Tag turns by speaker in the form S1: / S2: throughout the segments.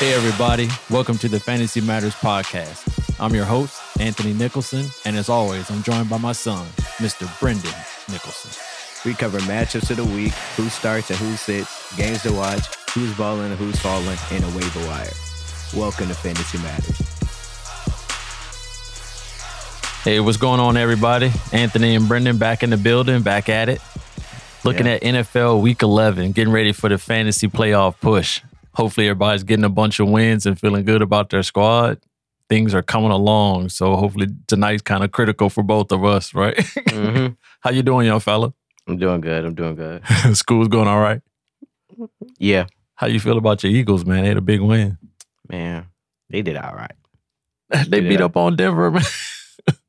S1: Hey, everybody. Welcome to the Fantasy Matters Podcast. I'm your host, Anthony Nicholson. And as always, I'm joined by my son, Mr. Brendan Nicholson.
S2: We cover matchups of the week, who starts and who sits, games to watch, who's balling and who's falling, and a waiver wire. Welcome to Fantasy Matters.
S1: Hey, what's going on, everybody? Anthony and Brendan back in the building, back at it. Looking
S2: Yeah.
S1: at NFL Week 11, getting ready for the fantasy playoff push. Hopefully, everybody's getting a bunch of wins and feeling good about their squad. Things are coming along, so hopefully tonight's kind of critical for both of us, right?
S3: Mm-hmm.
S1: How you doing, young fella?
S3: I'm doing good. I'm doing good.
S1: School's going all right.
S3: Yeah,
S1: How you feel about your Eagles, man? They had a big win.
S3: man. They did all right.
S1: they beat
S3: Yeah.
S1: up on Denver, man.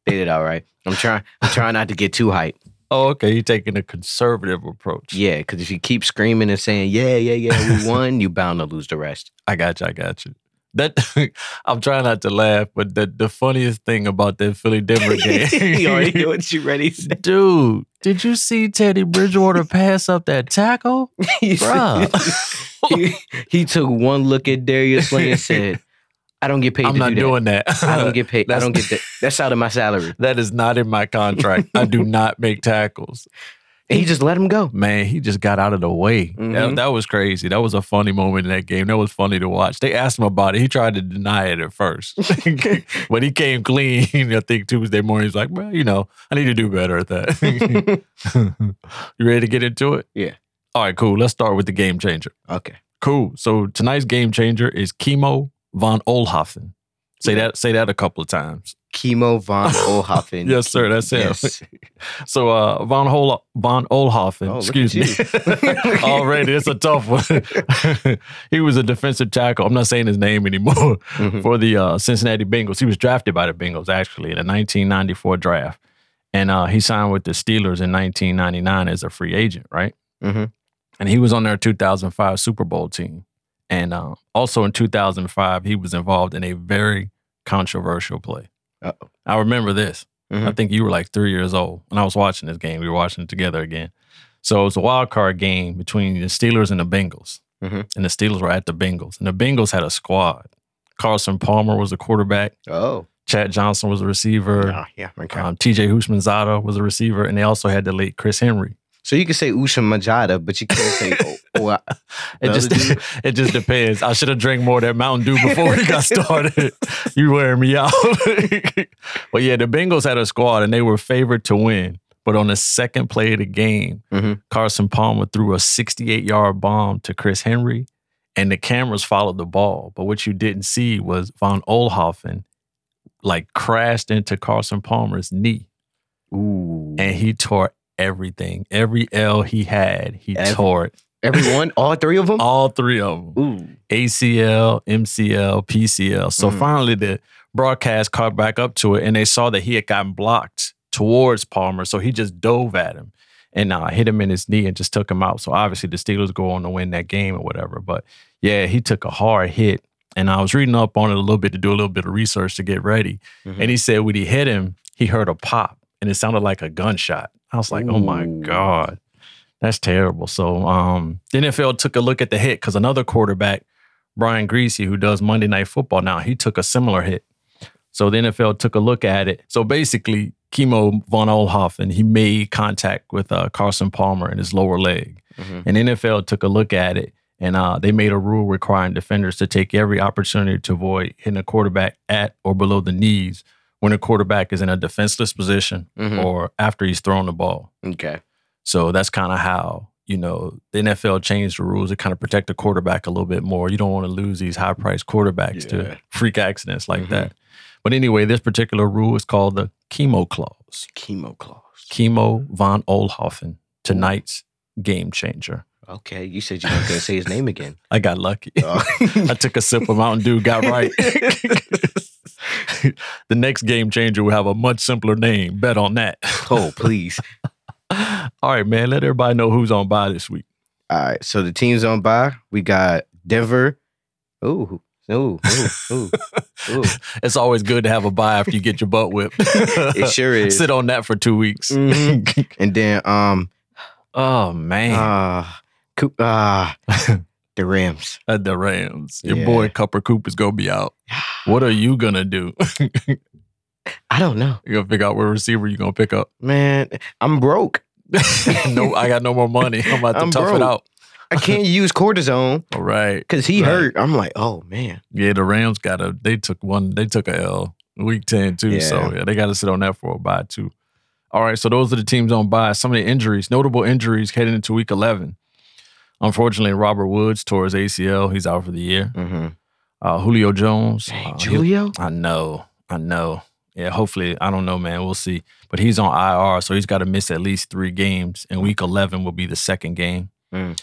S3: They did all right. I'm trying. I'm trying not to get too hyped.
S1: Oh, okay. You're taking a conservative approach.
S3: Yeah, because if you keep screaming and saying yeah, yeah, yeah, we won, you bound to lose the rest.
S1: I got you. I got you. That I'm trying not to laugh, but the, the funniest thing about that Philly Denver
S3: you already
S1: game,
S3: know what you ready. to say.
S1: dude. Did you see Teddy Bridgewater pass up that tackle,
S3: He said-
S1: Bruh.
S3: he, he took one look at Darius Slay and said, "I don't get paid.
S1: I'm
S3: to
S1: not
S3: do that.
S1: doing that.
S3: I don't get paid. I
S1: Uh, That's-
S3: don't get that. That's out of my salary."
S1: that is not in my contract. I do not make tackles.
S3: And he just let him go.
S1: man, he just got out of the way. That,
S3: Mhm.
S1: that was crazy. That was a funny moment in that game. That was funny to watch. They asked him about it. He tried to deny it at first. but he came clean, I think, Tuesday morning. He's like, well, you know, I need to do better at that. you ready to get into it?
S3: Yeah.
S1: All right, cool. Let's start with the game changer.
S3: Okay.
S1: Cool. So tonight's game changer is Chemo von Olhoffen. Say that say that a couple of times.
S3: Chemo von Olhoffen.
S1: Yes, sir. That's him.
S3: Yes.
S1: So uh von Hol- von Olhoffen,
S3: Oh, look at
S1: excuse me.
S3: you.
S1: Already, it's a tough one. he was a defensive tackle. I'm not saying his name anymore
S3: Mhm.
S1: for the uh, Cincinnati Bengals. He was drafted by the Bengals actually in the 1994 draft, and uh, he signed with the Steelers in 1999 as a free agent, right?
S3: Mhm.
S1: And he was on their 2005 Super Bowl team, and uh, also in 2005 he was involved in a very controversial play.
S3: Uh-oh.
S1: I remember this. I
S3: Mhm.
S1: think you were like three years old, and I was watching this game. We were watching it together again. So it was a wild card game between the Steelers and the Bengals,
S3: Mhm.
S1: and the Steelers were at the Bengals, and the Bengals had a squad. Carson Palmer was the quarterback.
S3: Oh.
S1: Chad Johnson was a receiver.
S3: Ah, yeah. Okay.
S1: Um, T.J. Hushmanzada was a receiver, and they also had the late Chris Henry.
S3: So you can say Usha Majada, but you can't say oh, oh, I-
S1: It
S3: The
S1: just
S3: other dude-
S1: it just depends. I should have drank more of that Mountain Dew before we got started. you wearing me out. but yeah, the Bengals had a squad and they were favored to win. But on the second play of the game,
S3: Mhm.
S1: Carson Palmer threw a 68 yard bomb to Chris Henry, and the cameras followed the ball. But what you didn't see was Von Olhoffen like crashed into Carson Palmer's knee
S3: Ooh.
S1: and he tore everything. Every L he had, he
S3: Every-
S1: tore it.
S3: Everyone, all three of them.
S1: All three of them.
S3: Ooh.
S1: ACL, MCL, PCL. So
S3: Mm.
S1: finally, the broadcast caught back up to it, and they saw that he had gotten blocked towards Palmer. So he just dove at him and uh, hit him in his knee and just took him out. So obviously, the Steelers go on to win that game or whatever. But yeah, he took a hard hit. And I was reading up on it a little bit to do a little bit of research to get ready.
S3: Mhm.
S1: And he said when he hit him, he heard a pop and it sounded like a gunshot. I was like, oh my
S3: Ooh.
S1: God. That's terrible. So um, the NFL took a look at the hit because another quarterback, Brian Greasy, who does Monday Night Football now, he took a similar hit. So the NFL took a look at it. So basically, Chemo von Olhoffen, he made contact with uh, Carson Palmer in his lower leg.
S3: Mhm.
S1: And NFL took a look at it, and uh, they made a rule requiring defenders to take every opportunity to avoid hitting a quarterback at or below the knees when a quarterback is in a defenseless position
S3: Mhm.
S1: or after he's thrown the ball.
S3: Okay.
S1: So that's kind of how, you know, the NFL changed the rules to kind of protect the quarterback a little bit more. You don't want to lose these high priced quarterbacks
S3: Yeah.
S1: to freak accidents like
S3: Mhm.
S1: that. But anyway, this particular rule is called the chemo clause.
S3: Chemo clause.
S1: Chemo von Olhoffen, tonight's game changer.
S3: Okay. You said you weren't gonna say his name again.
S1: I got lucky.
S3: Oh.
S1: I took a sip of Mountain Dew, got right. the next game changer will have a much simpler name. Bet on that.
S3: oh, please.
S1: All right, man. Let everybody know who's on by this week.
S3: All right. So the teams on by, we got Denver. Ooh. Ooh. Ooh. Ooh. Ooh.
S1: It's always good to have a buy after you get your butt whipped.
S3: It sure is. Mm-hmm.
S1: Sit on that for two weeks.
S3: Mhm. And then um
S1: Oh man.
S3: uh, Coop- uh The Rams.
S1: at the Rams. Your
S3: Yeah.
S1: boy Copper Coop is gonna be out. What are you gonna do?
S3: I don't know,
S1: you gonna figure out what receiver you gonna pick up?
S3: man. I'm broke.
S1: no, I got no more money. I'm about to
S3: I'm
S1: tough
S3: broke.
S1: it out.
S3: I can't use cortisone
S1: All right.
S3: because he
S1: Right.
S3: hurt. I'm like, oh man.
S1: Yeah, the Rams got a. They took one. They took a L week ten too. So yeah, they got to sit on that for a bye too. All right. So those are the teams on bye. Some of the injuries, notable injuries heading into week eleven. Unfortunately, Robert Woods tore his ACL. He's out for the year.
S3: Mm-hmm.
S1: Uh, Julio Jones. uh, he-
S3: Julio.
S1: I know. I know. Yeah, hopefully, I don't know, man. We'll see. But he's on IR, so he's got to miss at least three games, and week 11 will be the second game.
S3: Mm.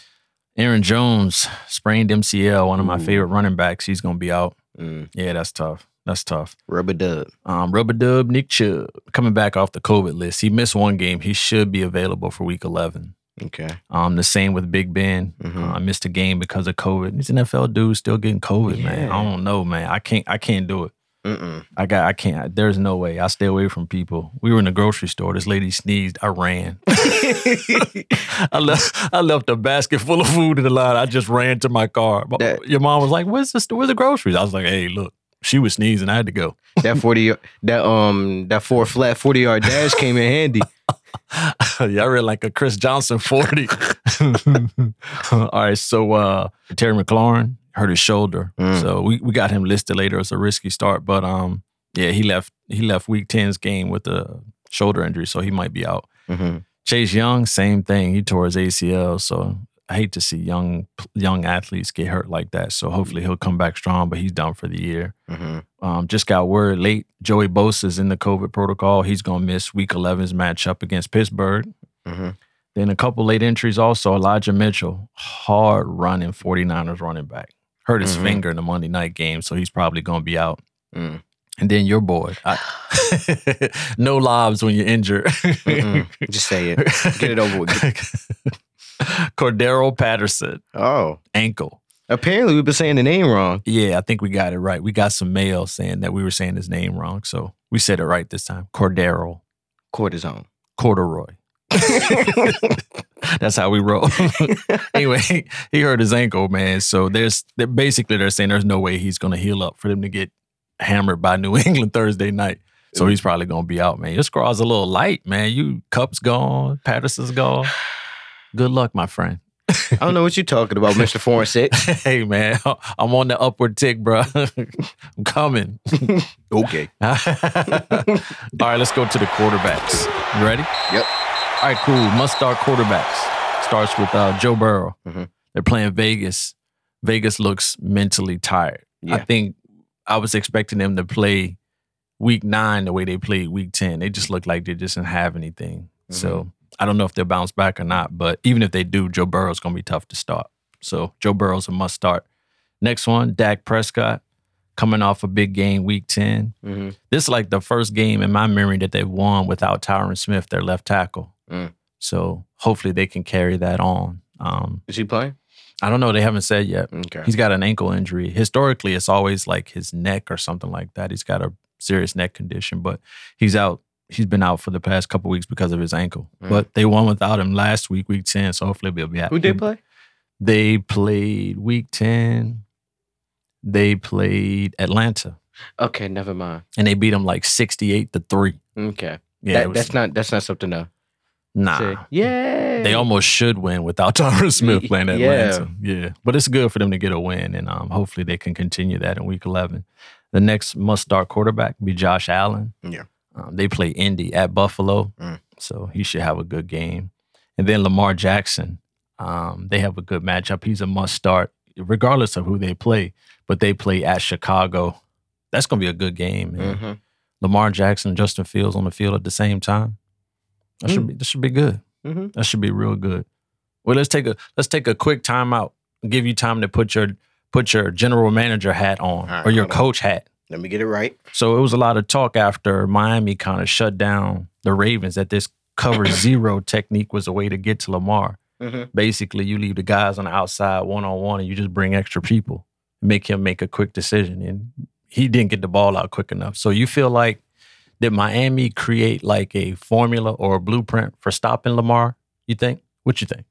S1: Aaron Jones sprained MCL, one of my
S3: Ooh.
S1: favorite running backs. He's going to be out.
S3: Mm,
S1: Yeah, that's tough. That's tough.
S3: rubber dub.
S1: Um, Rubber Dub Nick Chubb coming back off the COVID list. He missed one game. He should be available for week 11.
S3: Okay.
S1: Um, the same with Big Ben.
S3: Mhm.
S1: Uh, missed a game because of COVID. These NFL dudes still getting COVID, man. I
S3: Yeah.
S1: don't know, man. I can't. I can't do it.
S3: Mm-mm.
S1: I got I can't. There's no way. I stay away from people. We were in the grocery store. This lady sneezed. I ran. I left I left a basket full of food in the line. I just ran to my car. My-
S3: That-
S1: Your mom was like, Where's the where's the groceries? I was like, Hey, look. She was sneezing. I had to go.
S3: that forty. That um. That four flat forty yard dash came in handy.
S1: yeah, I read like a Chris Johnson 40. All right. So uh Terry McLaurin hurt his shoulder.
S3: Mm.
S1: So we, we got him listed later as a risky start. But um yeah, he left he left week 10's game with a shoulder injury, so he might be out.
S3: Mm-hmm.
S1: Chase Young, same thing. He tore his ACL, so I hate to see young young athletes get hurt like that. So hopefully he'll come back strong, but he's done for the year.
S3: Mm-hmm.
S1: Um, just got word late. Joey Bosa's in the COVID protocol. He's gonna miss Week 11's matchup against Pittsburgh.
S3: Mm-hmm.
S1: Then a couple late entries also. Elijah Mitchell, hard running 49ers running back, hurt his
S3: Mhm.
S1: finger in the Monday night game, so he's probably gonna be out.
S3: Mm.
S1: And then your boy, I- no lobs when you're injured.
S3: Mm-mm. Just say it. Get it over with.
S1: Cordero Patterson,
S3: Oh,
S1: ankle.
S3: apparently we've been saying the name wrong.
S1: Yeah, I think we got it right. We got some mail saying that we were saying his name wrong. So we said it right this time. Cordero,
S3: Cortisone.
S1: corduroy. That's how we roll. anyway, he hurt his ankle, man. So there's they're basically they're saying there's no way he's gonna heal up for them to get hammered by New England Thursday night. So he's probably gonna be out, man. Your squad's a little light, man. You cup's gone, Patterson's gone. Good luck, my friend.
S3: I don't know what you're talking about, Mister Four and Six.
S1: hey man, I'm on the upward tick, bro. I'm coming.
S3: Okay.
S1: All right, let's go to the quarterbacks. You ready?
S3: Yep.
S1: All right, cool. Must start quarterbacks. Starts with uh, Joe Burrow.
S3: Mhm.
S1: They're playing Vegas. Vegas looks mentally tired. I
S3: Yeah.
S1: think I was expecting them to play week nine the way they played week 10. They just look like they just didn't have anything.
S3: Mm-hmm.
S1: So I don't know if they'll bounce back or not, but even if they do, Joe Burrow's going to be tough to start. So Joe Burrow's a must start. Next one, Dak Prescott coming off a big game week 10.
S3: Mm-hmm.
S1: This is like the first game in my memory that they've won without Tyron Smith, their left tackle.
S3: Mm.
S1: So hopefully they can carry that on. Um,
S3: Is he playing?
S1: I don't know. They haven't said yet.
S3: Okay.
S1: He's got an ankle injury. Historically, it's always like his neck or something like that. He's got a serious neck condition, but he's out. He's been out for the past couple weeks because of his ankle.
S3: Mm.
S1: But they won without him last week, week 10. So hopefully they'll be happy.
S3: Who did play?
S1: They played week 10. They played Atlanta
S3: Okay, never mind.
S1: and they beat them like 68 to 3.
S3: Okay.
S1: Yeah,
S3: That-
S1: it was-
S3: that's not that's not something to
S1: Nah.
S3: say. Yeah.
S1: They almost should win without Tyron Smith playing
S3: Yeah.
S1: Atlanta. Yeah. But it's good for them to get a win, and um, hopefully they can continue that in Week 11. The next must-start quarterback be Josh Allen.
S3: Yeah.
S1: Um, they play Indy at Buffalo,
S3: Mm.
S1: so he should have a good game. And then Lamar Jackson. Um, they have a good matchup. He's a must-start, regardless of who they play. But they play at Chicago. That's going to be a good game. man.
S3: hmm
S1: Lamar Jackson and Justin Fields on the field at the same time. That
S3: Mm.
S1: should be that should be good.
S3: Mhm.
S1: That should be real good. Well, let's take a let's take a quick timeout. Give you time to put your put your general manager hat on
S3: right,
S1: or your
S3: hold on.
S1: coach hat.
S3: Let me get it right.
S1: So it was a lot of talk after Miami kind of shut down the Ravens that this cover zero technique was a way to get to Lamar.
S3: Mhm.
S1: Basically, you leave the guys on the outside one on one and you just bring extra people, make him make a quick decision. And he didn't get the ball out quick enough. So you feel like did Miami create like a formula or a blueprint for stopping Lamar? You think? What you think?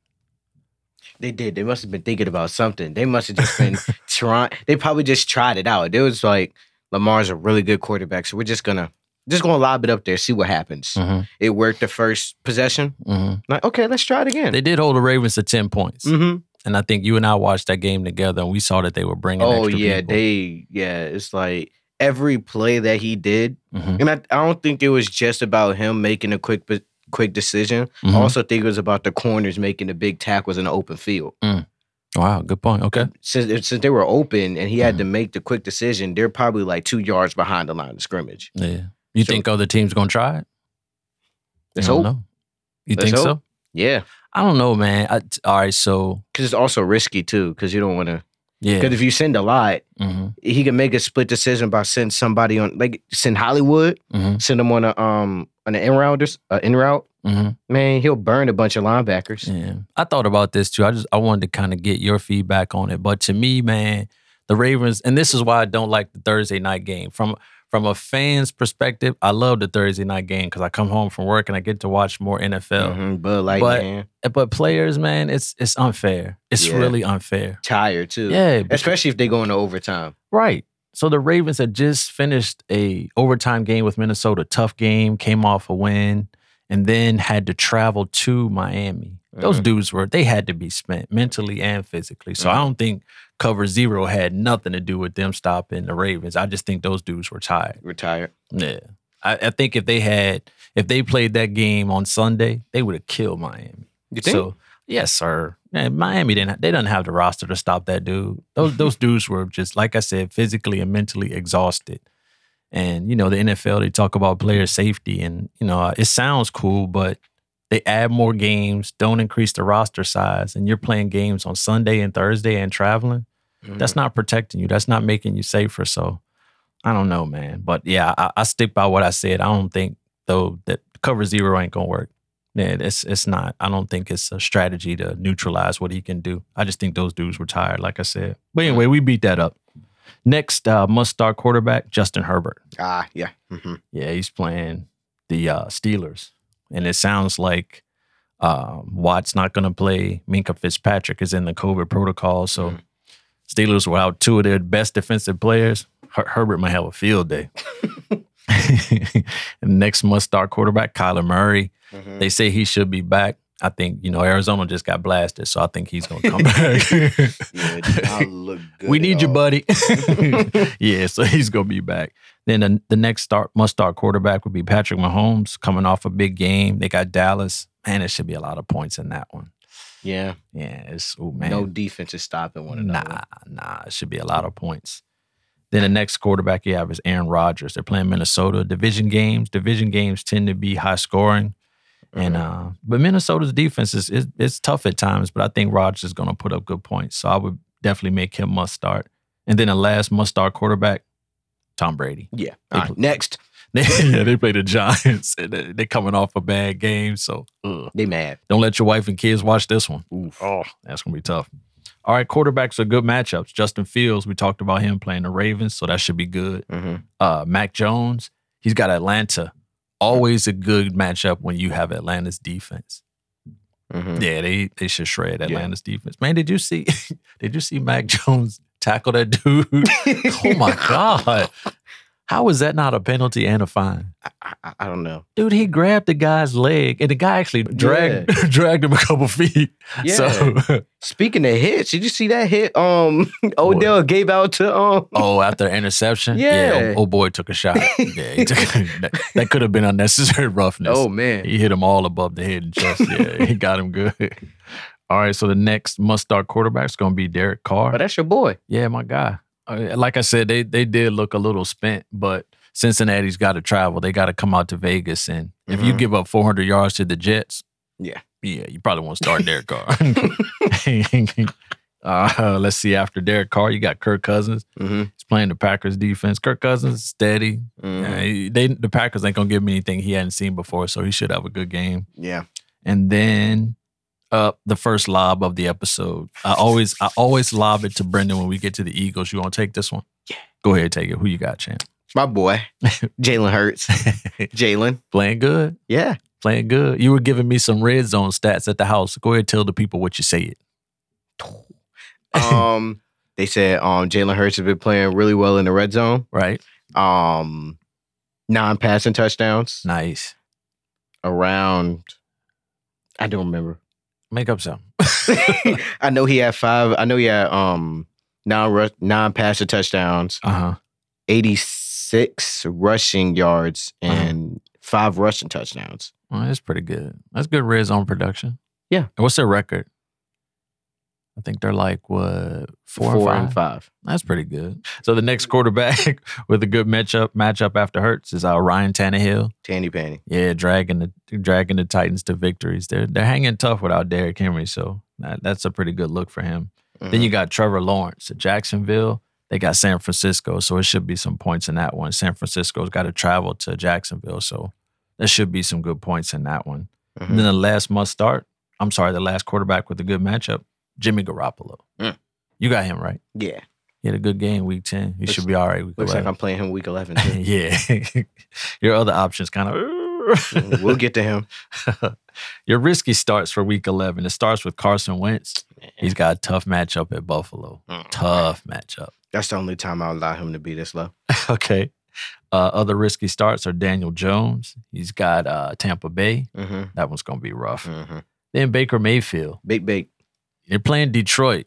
S3: They did. They must have been thinking about something. They must have just been trying. They probably just tried it out. It was like Lamar's a really good quarterback, so we're just gonna just gonna lob it up there, see what happens.
S1: Mm-hmm,
S3: It worked the first possession.
S1: mm-hmm.
S3: Like, okay, let's try it again.
S1: They did hold the Ravens to ten points,
S3: hmm
S1: and I think you and I watched that game together, and we saw that they were bringing.
S3: Oh
S1: extra
S3: yeah,
S1: people.
S3: they yeah. It's like every play that he did,
S1: Mhm,
S3: and I, I don't think it was just about him making a quick quick decision.
S1: mhm.
S3: I also think it was about the corners making the big tackles in the open field.
S1: Wow, good point. Okay,
S3: Since since they were open and he had
S1: Mhm.
S3: to make the quick decision, they're probably like two yards behind the line of scrimmage.
S1: yeah. You
S3: So-
S1: think other teams gonna try it?
S3: Let's
S1: I don't
S3: hope.
S1: know. You
S3: Let's
S1: think so?
S3: hope. Yeah,
S1: I don't know, man. I, t- all right, so
S3: because it's also risky too, because you don't want to.
S1: yeah,
S3: Because if you send a lot,
S1: hmm
S3: he can make a split decision by sending somebody on, like send Hollywood,
S1: hmm
S3: send him on a um on an in route, uh, in route.
S1: hmm
S3: Man, he'll burn a bunch of linebackers.
S1: Yeah. I thought about this too. I just I wanted to kind of get your feedback on it. But to me, man, the Ravens, and this is why I don't like the Thursday night game. From from a fan's perspective, I love the Thursday night game because I come home from work and I get to watch more NFL.
S3: Mhm, Bud Light,
S1: But-
S3: man,
S1: But players, man, it's it's unfair. It's
S3: Yeah.
S1: really unfair.
S3: tired too.
S1: Yeah. but-
S3: especially if they go into overtime.
S1: Right. So the Ravens had just finished a overtime game with Minnesota, tough game, came off a win, and then had to travel to Miami. Those
S3: Mhm.
S1: dudes were they had to be spent mentally and physically. So I don't think cover zero had nothing to do with them stopping the Ravens. I just think those dudes were tired.
S3: We're tired.
S1: Yeah. I, I think if they had if they played that game on Sunday, they would have killed Miami.
S3: You
S1: So yes, sir. Man, Miami didn't. ha- They didn't have the roster to stop that dude. Those those dudes were just like I said, physically and mentally exhausted. And you know the NFL, they talk about player safety, and you know uh, it sounds cool, but they add more games, don't increase the roster size, and you're playing games on Sunday and Thursday and traveling.
S3: Mm-hmm.
S1: That's not protecting you. That's not making you safer. So I don't know, man. But yeah, I, I stick by what I said. I don't think though that cover zero ain't gonna work. Yeah, it's it's not. I don't think it's a strategy to neutralize what he can do. I just think those dudes were tired, like I said. But anyway, we beat that up. Next, uh, must start quarterback Justin Herbert.
S3: ah, yeah. hmm
S1: Yeah, he's playing the uh, Steelers, and it sounds like um, Watt's not going to play. Minka Fitzpatrick is in the COVID protocol, so
S3: Mhm.
S1: Steelers were out two of their best defensive players. Her- Herbert might have a field day. and next must start quarterback Kyler Murray.
S3: Mm-hmm.
S1: They say he should be back. I think you know Arizona just got blasted, so I think he's going to come back.
S3: Yeah, it did not look good
S1: we
S3: at
S1: need you,
S3: all.
S1: buddy. yeah, so he's gonna be back. Then the, the next start must start quarterback would be Patrick Mahomes, coming off a big game. They got Dallas. Man, it should be a lot of points in that one.
S3: Yeah,
S1: Yeah, it's oh man,
S3: no defense is stopping one another.
S1: nah, nah, it should be a lot of points. Then the next quarterback you have is Aaron Rodgers. They're playing Minnesota division games. Division games tend to be high scoring, and uh, but Minnesota's defense is, is it's tough at times. But I think Rodgers is going to put up good points, so I would definitely make him must start. And then the last must start quarterback, Tom Brady.
S3: yeah.
S1: they
S3: All right,
S1: pl-
S3: next,
S1: yeah, they play the Giants. and they- They're coming off a bad game, so ugh.
S3: they mad.
S1: Don't let your wife and kids watch this one.
S3: Oof.
S1: Oh, that's gonna be tough. All right, quarterbacks are good matchups. Justin Fields, we talked about him playing the Ravens, so that should be good.
S3: Mhm.
S1: Uh, Mac Jones, he's got Atlanta. Always a good matchup when you have Atlanta's defense.
S3: Mhm.
S1: Yeah, they they should shred
S3: Yeah.
S1: Atlanta's defense. Man, did you see? did you see Mac Jones tackle that dude?
S3: mm-hmm.
S1: oh my god, how is that not a penalty and a fine?
S3: I, I, I don't know.
S1: Dude, he grabbed the guy's leg, and the guy actually dragged dragged him a couple feet.
S3: Yeah.
S1: So,
S3: Speaking of hits, did you see that hit? Um, Odell gave out to um.
S1: oh, after the interception,
S3: Yeah.
S1: oh, oh boy, took a shot. Yeah, he took, that, that could have been unnecessary roughness.
S3: Oh man.
S1: He hit him all above the head and chest. Yeah, he got him good. All right, so the next must start quarterback is going to be Derek Carr.
S3: But that's your boy.
S1: Yeah, my guy. Uh, Like I said, they they did look a little spent, but Cincinnati's got to travel. They got to come out to Vegas, and if you
S3: Mhm.
S1: give up 400 yards to the Jets,
S3: Yeah.
S1: yeah, you probably won't start Derek Carr. uh, let's see. After Derek Carr, you got Kirk Cousins.
S3: Mm-hmm.
S1: He's playing the Packers defense. Kirk Cousins steady. Uh, he- they the Packers ain't gonna give him anything he hadn't seen before, so he should have a good game
S3: Yeah.
S1: and then up the first lob of the episode. I always I always lob it to Brendan when we get to the Eagles. You want to take this one?
S3: Yeah.
S1: Go ahead, take it. Who you got, champ?
S3: My boy, Jalen Hurts. Jalen.
S1: playing good,
S3: Yeah.
S1: playing good. You were giving me some red zone stats at the house. Go ahead, tell the people what you said.
S3: Um, they said um Jalen Hurts has been playing really well in the red zone.
S1: right?
S3: Um, non-passing touchdowns
S4: Nice.
S3: around. I don't remember.
S4: Make up some.
S3: I know he had five. I know he had um non non passer touchdowns,
S1: Uh huh.
S3: eighty six rushing yards,
S1: Uh-huh.
S3: and five rushing touchdowns.
S4: Well, that's pretty good. That's good red zone production.
S3: Yeah.
S4: And what's their record? I think they're like what four, or five?
S3: and five.
S4: That's pretty good.
S1: So the next quarterback with a good matchup matchup after Hurts is uh, Ryan Tannehill.
S3: Tandy Panny.
S1: Yeah, dragging the dragging the Titans to victories. They're they're hanging tough without Derrick Henry, so that, that's a pretty good look for him. Then you got Trevor Lawrence at Jacksonville. They got San Francisco, so it should be some points in that one. San Francisco's got to travel to Jacksonville, so there should be some good points in that one.
S3: Hmm.
S1: And
S3: Mm-hmm.
S1: then the last must start. I'm sorry, the last quarterback with a good matchup, Jimmy Garoppolo.
S3: Mm.
S1: You got him right.
S3: yeah,
S1: He had a good game week ten. He
S3: Looks-
S1: should be all right. Week
S3: looks like
S1: 11.
S3: I'm playing him week eleven. Too.
S1: yeah. Your other options kind of.
S3: Mm, we'll get to him.
S1: Your risky starts for week 11. It starts with Carson Wentz. He's got a tough matchup at Buffalo.
S3: Mm.
S1: Tough matchup.
S3: That's the only time I'll allow him to be this low.
S1: Okay. Uh, other risky starts are Daniel Jones. He's got uh, Tampa Bay.
S3: Mm-hmm.
S1: That one's going to be rough.
S3: Mm-hmm.
S1: Then Baker Mayfield.
S3: Big big.
S1: They're playing Detroit,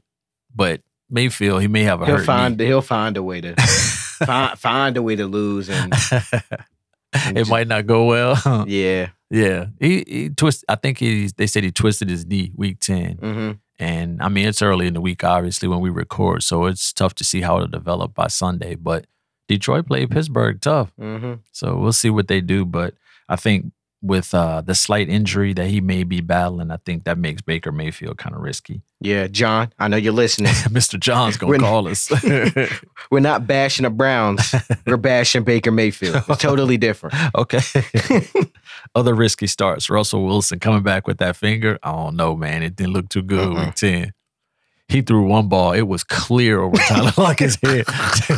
S1: but Mayfield, he may have a
S3: He'll
S1: hurt
S3: find
S1: knee.
S3: he'll find a way to find find a way to lose and
S1: it might not go well.
S3: yeah.
S1: yeah. He, he twist I think he they said he twisted his knee week 10.
S3: Mm-hmm.
S1: And I mean, it's early in the week, obviously, when we record. So it's tough to see how it'll develop by Sunday. But Detroit played Pittsburgh tough.
S3: Mm-hmm.
S1: So we'll see what they do. But I think with uh, the slight injury that he may be battling, I think that makes Baker Mayfield kind of risky.
S3: Yeah, John. I know you're listening.
S1: Mr. John's going
S3: When-
S1: to call us.
S3: We're not bashing the Browns. We're bashing Baker Mayfield. It's totally different.
S1: okay. Other risky starts. Russell Wilson coming back with that finger. I don't know, man. It didn't look too good
S3: Mm-mm.
S1: week 10. He threw one ball. It was clear over Tyler Lockett's head.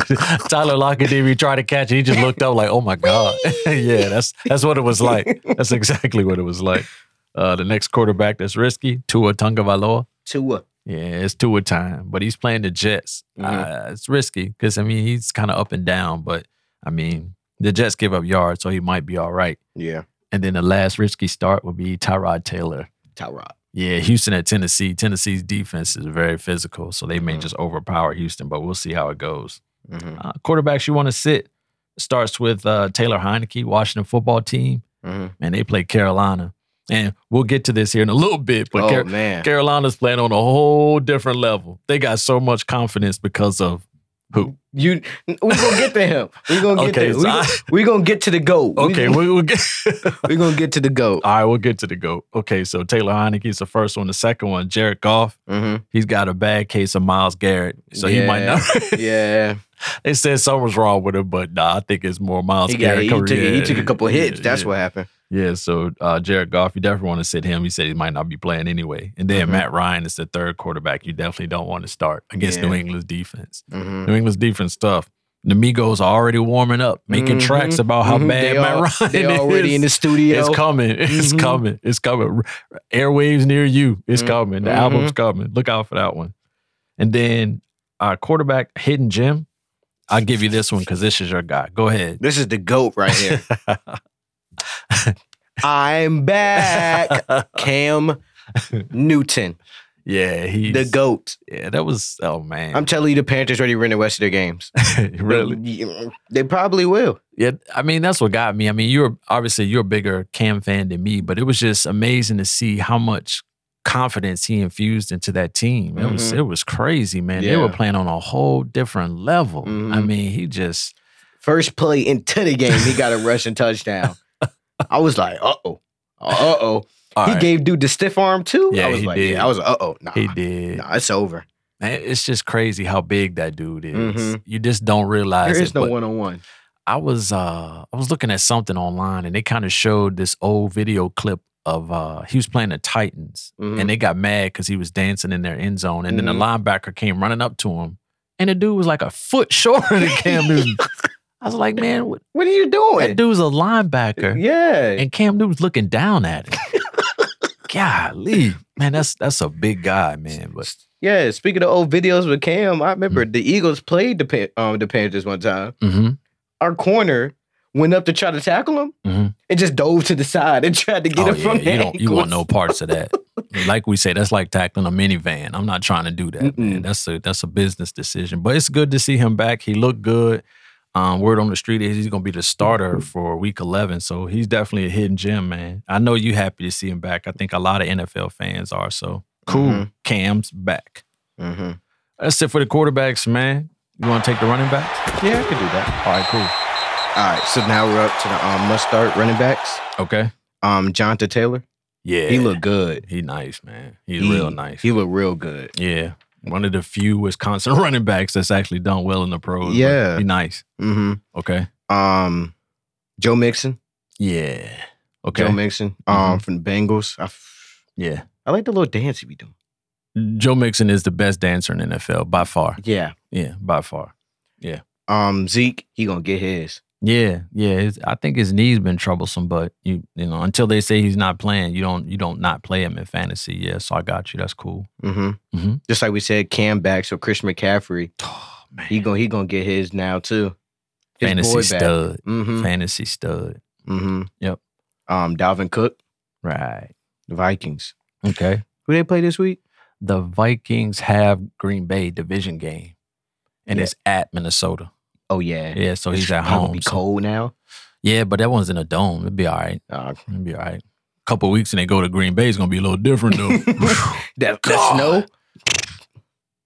S1: Tyler Lockett didn't even try to catch it. He just looked up like, oh my God. yeah, that's that's what it was like. That's exactly what it was like. Uh, the next quarterback that's risky, Tua Tungavaloa.
S3: Tua.
S1: Yeah, it's Tua time, but he's playing the Jets. Uh, it's risky because, I mean, he's kind of up and down, but I mean, the Jets give up yards, so he might be all right.
S3: Yeah.
S1: And then the last risky start would be Tyrod Taylor.
S3: Tyrod.
S1: Yeah, Houston at Tennessee. Tennessee's defense is very physical, so they may
S3: Mhm.
S1: just overpower Houston, but we'll see how it goes.
S3: Mm-hmm.
S1: Uh, quarterbacks you want to sit starts with uh, Taylor Heineke, Washington football team,
S3: Mm-hmm.
S1: and they play Carolina. And we'll get to this here in a little bit, but
S3: oh
S1: Car-
S3: man.
S1: Carolina's playing on a whole different level. They got so much confidence because of who?
S3: you we gonna get to him. We gonna get
S1: Okay,
S3: to
S1: so
S3: we, gonna-
S1: I-
S3: we gonna get to the goat.
S1: Okay,
S3: we,
S1: we, we'll get.
S3: we gonna get to the goat.
S1: All right, we'll get to the GOAT. Okay, so Taylor Heineke's the first one. The second one, Jared Goff.
S3: Mm-hmm.
S1: he's got a bad case of Miles Garrett, Uh, so he might not.
S3: yeah.
S1: they said something's wrong with him, but nah, I think it's more Miles
S3: He got
S1: Garrett.
S3: he took,
S1: career.
S3: he took a couple
S1: Yeah,
S3: hits. That's
S1: yeah.
S3: what happened.
S1: Yeah, so uh, Jared Goff, you definitely want to sit him. He said he might not be playing anyway. And then
S3: Mhm.
S1: Matt Ryan is the third quarterback. You definitely don't want to start against
S3: Yeah.
S1: New England's defense.
S3: Mm-hmm.
S1: New England's defense tough. The Migos are already warming up, making
S3: Mhm.
S1: tracks about Oh, how
S3: Mhm.
S1: bad
S3: they
S1: Matt
S3: al-
S1: Ryan
S3: They
S1: is.
S3: already in the studio.
S1: It's coming. It's
S3: Mhm.
S1: coming. It's coming. R- Airwaves near you. It's
S3: Mm.
S1: coming. The
S3: Mhm.
S1: album's coming. Look out for that one. And then our quarterback, Hidden Gem. I'll give you this one because this is your guy. Go ahead.
S3: this is the goat right here. I'm back. Cam Newton,
S1: yeah, he's
S3: the goat.
S1: Yeah, that was oh man.
S3: I'm telling you, the Panthers already ran the rest of their games.
S1: really?
S3: Yeah, They probably will.
S1: Yeah, I mean that's what got me. I mean, you're obviously you're a bigger Cam fan than me, but it was just amazing to see how much confidence he infused into that team. It was
S3: Mhm.
S1: it was crazy, man. They were
S3: Yeah.
S1: playing on a whole different level. I
S3: Mhm.
S1: mean, he just
S3: First play into the game, he got a rushing touchdown. I was like, uh oh. Uh oh.
S1: all
S3: He
S1: right,
S3: gave dude the stiff arm too.
S1: Yeah,
S3: I was
S1: he
S3: like,
S1: did.
S3: yeah, I was uh oh. Nah,
S1: he did.
S3: nah, it's over.
S1: Man, it's just crazy how big that dude is.
S3: Mhm.
S1: You just don't realize
S3: There
S1: it,
S3: is no
S1: but-
S3: one on one.
S1: I was uh I was looking at something online and they kind of showed this old video clip of uh he was playing the Titans
S3: Mhm.
S1: and they got mad because he was dancing in their end zone and then
S3: Mhm.
S1: the linebacker came running up to him and the dude was like a foot shorter than Cam Newton. I was like, man, what,
S3: What are you
S1: that
S3: doing?
S1: dude's a linebacker
S3: Yeah.
S1: and Cam Newton's looking down at him. Golly, man, that's that's a big guy, man. But
S3: Yeah, speaking of old videos with Cam, I remember the Eagles played the Pan- um the Panthers one time.
S1: Mm-hmm.
S3: Our corner went up to try to tackle him
S1: Mhm.
S3: and just dove to the side and tried to get
S1: Oh,
S3: him
S1: yeah.
S3: from the
S1: You don't you want no
S3: ankles.
S1: parts of that. like we say, that's like tackling a minivan. I'm not trying to do that, man.
S3: Mm-mm.
S1: That's a that's a business decision. But it's good to see him back. He looked good. Um, word on the street is he's gonna be the starter for week eleven. So he's definitely a hidden gem, man. I know you happy to see him back. I think a lot of NFL fans are. So cool.
S3: Mhm.
S1: Cam's back.
S3: Mhm.
S1: Mm-hmm. That's it for the quarterbacks, man. You wanna take the running backs?
S3: Yeah, I could do that.
S1: All right, cool.
S3: All right, so now we're up to the um, must start running backs.
S1: Okay.
S3: Um, Jonathan Taylor,
S1: Yeah.
S3: he looked good.
S1: he nice, man. He's
S3: He-
S1: real nice.
S3: He looked real good.
S1: Yeah. One of the few Wisconsin running backs that's actually done well in the pros. but
S3: Yeah.
S1: Be nice.
S3: hmm
S1: Okay.
S3: Um, Joe Mixon,
S1: Yeah. Okay. Mm-hmm.
S3: Joe Mixon, um, from the Bengals. I, f-
S1: yeah.
S3: I like the little dance he be doing.
S1: Joe Mixon is the best dancer in NFL by far.
S3: Yeah.
S1: Yeah, by far.
S3: Um, Zeke, he gonna get his.
S1: Yeah, yeah. It's, I think his knee's been troublesome, but you you know until they say he's not playing, you don't you don't not play him in fantasy. Yeah, so I got you. That's cool.
S3: hmm
S1: Mhm.
S3: Just like we said, Cam back. So Christian McCaffrey,
S1: Oh, man,
S3: he gonna he gonna get his now too. His
S1: fantasy
S3: boy back.
S1: stud,
S3: Mm-hmm.
S1: fantasy stud.
S3: Mm-hmm.
S1: Yep.
S3: Um, Dalvin Cook,
S1: Right.
S3: the Vikings.
S1: Okay.
S3: Who they play this week?
S1: the Vikings have Green Bay division game, and
S3: Yeah.
S1: it's at Minnesota.
S3: Oh yeah.
S1: Yeah, so
S3: It's
S1: he's at
S3: probably
S1: home. so-
S3: cold now.
S1: yeah, but that one's in a dome. It'll be all right.
S3: Uh,
S1: It'll be all right. couple weeks and they go to Green Bay. It's gonna be a little different though.
S3: that, that
S1: God.
S3: snow,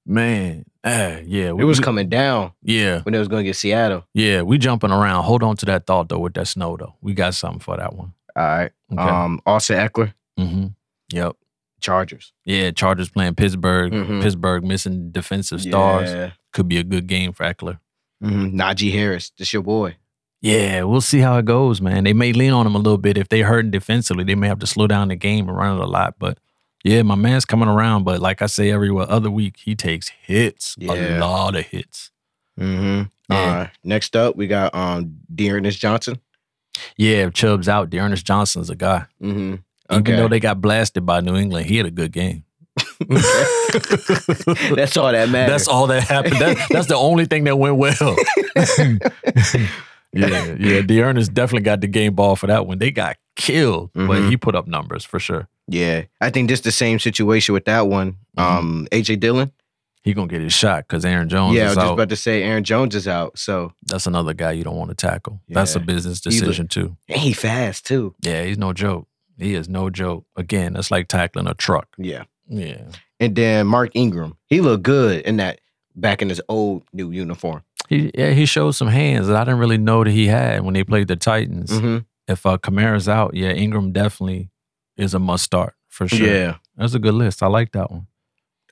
S1: Man, eh, yeah,
S3: it was coming down
S1: Yeah,
S3: when it was gonna get Seattle.
S1: yeah, we jumping around. Hold on to that thought though. With that snow though, we got something for that one.
S3: All right.
S1: Okay.
S3: Um, Austin Eckler,
S1: mm-hmm. Yep.
S3: Chargers.
S1: Yeah, Chargers playing Pittsburgh.
S3: Mhm.
S1: Pittsburgh missing defensive stars.
S3: Yeah.
S1: Could be a good game for Eckler.
S3: Mhm. Najee Harris, this your boy.
S1: Yeah, we'll see how it goes, man. They may lean on him a little bit if they hurting defensively. They may have to slow down the game and run it a lot. But yeah, my man's coming around. But like I say, every other week he takes hits, a
S3: Yeah.
S1: lot of hits.
S3: Mm-hmm.
S1: Yeah.
S3: right. Next up, we got um Dearness Johnson.
S1: Yeah, if Chubb's out, Dearness Johnson's a guy.
S3: Mm-hmm.
S1: Even though they got blasted by New England, he had a good game.
S3: that's all that matters.
S1: That's all that happened. That, that's the only thing that went well. yeah, yeah. Dearness definitely got the game ball for that one. They got killed, but
S3: Mhm.
S1: he put up numbers for sure.
S3: Yeah, I think just the same situation with that one.
S1: Mhm.
S3: Um, AJ Dillon.
S1: He gonna get his shot because Aaron Jones
S3: yeah, I
S1: is
S3: was
S1: out.
S3: just about to say Aaron Jones is out, so
S1: that's another guy you don't want to tackle. That's a
S3: Yeah.
S1: business
S3: He look-
S1: decision too.
S3: and he fast too.
S1: Yeah, he's no joke. He is no joke. Again, that's like tackling a truck.
S3: Yeah,
S1: Yeah.
S3: and then Mark Ingram. He looked good in that back in his old new uniform.
S1: He yeah, he showed some hands that I didn't really know that he had when they played the Titans.
S3: Mm-hmm.
S1: If uh, Kamara's out, yeah, Ingram definitely is a must start for sure.
S3: Yeah.
S1: That's a good list. I like that one.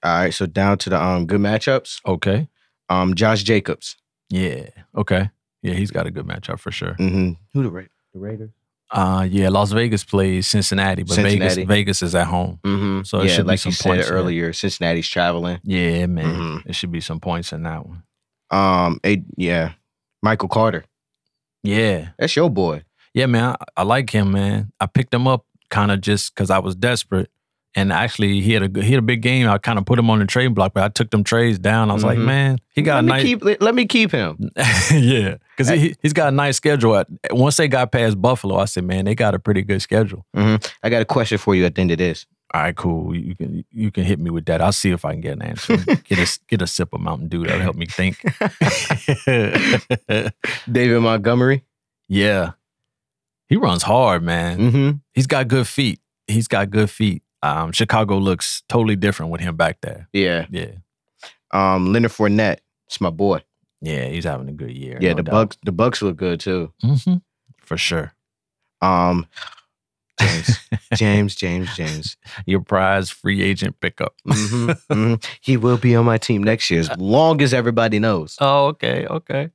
S3: All right, so down to the um good matchups.
S1: Okay.
S3: Um, Josh Jacobs.
S1: Yeah. Okay. Yeah, he's got a good matchup for sure.
S3: Mm-hmm. Who the Ra- the Raiders?
S1: Uh yeah, Las Vegas plays Cincinnati, but
S3: Cincinnati.
S1: Vegas Vegas is at home.
S3: Mm-hmm.
S1: So it
S3: yeah,
S1: should be
S3: like
S1: some
S3: you said
S1: points, yeah.
S3: earlier, Cincinnati's traveling.
S1: Yeah, man.
S3: Mhm.
S1: It should be some points in that one.
S3: Um, a, yeah, Michael Carter.
S1: Yeah.
S3: That's your boy.
S1: Yeah, man, I, I like him, man. I picked him up kind of just because I was desperate, and actually he had a good- he had a big game. I kind of put him on the trade block, but I took them trades down. I was like,
S3: Mhm.
S1: man, he got
S3: Let
S1: a
S3: me
S1: nice,
S3: keep. Let, let me keep him.
S1: yeah, because he he's got a nice schedule. At, once they got past Buffalo, I said, man, they got a pretty good schedule.
S3: I got a question for you at the end of this.
S1: All right, cool. You can you can hit me with that. I'll see if I can get an answer. get a get a sip of Mountain Dew. That'll help me think.
S3: David Montgomery.
S1: yeah, he runs hard, man.
S3: Mm-hmm.
S1: He's got good feet. He's got good feet. Um, Chicago looks totally different with him back there.
S3: Yeah.
S1: Yeah,
S3: Um, Leonard Fournette. It's my boy.
S1: yeah, he's having a good year.
S3: Yeah,
S1: no
S3: the
S1: doubt.
S3: Bucks. The Bucks look good too.
S1: Mhm. for sure.
S3: Um, James, James, James, James.
S1: Your prize free agent pickup.
S3: hmm He will be on my team next year, as long as everybody knows.
S1: Oh, okay, okay.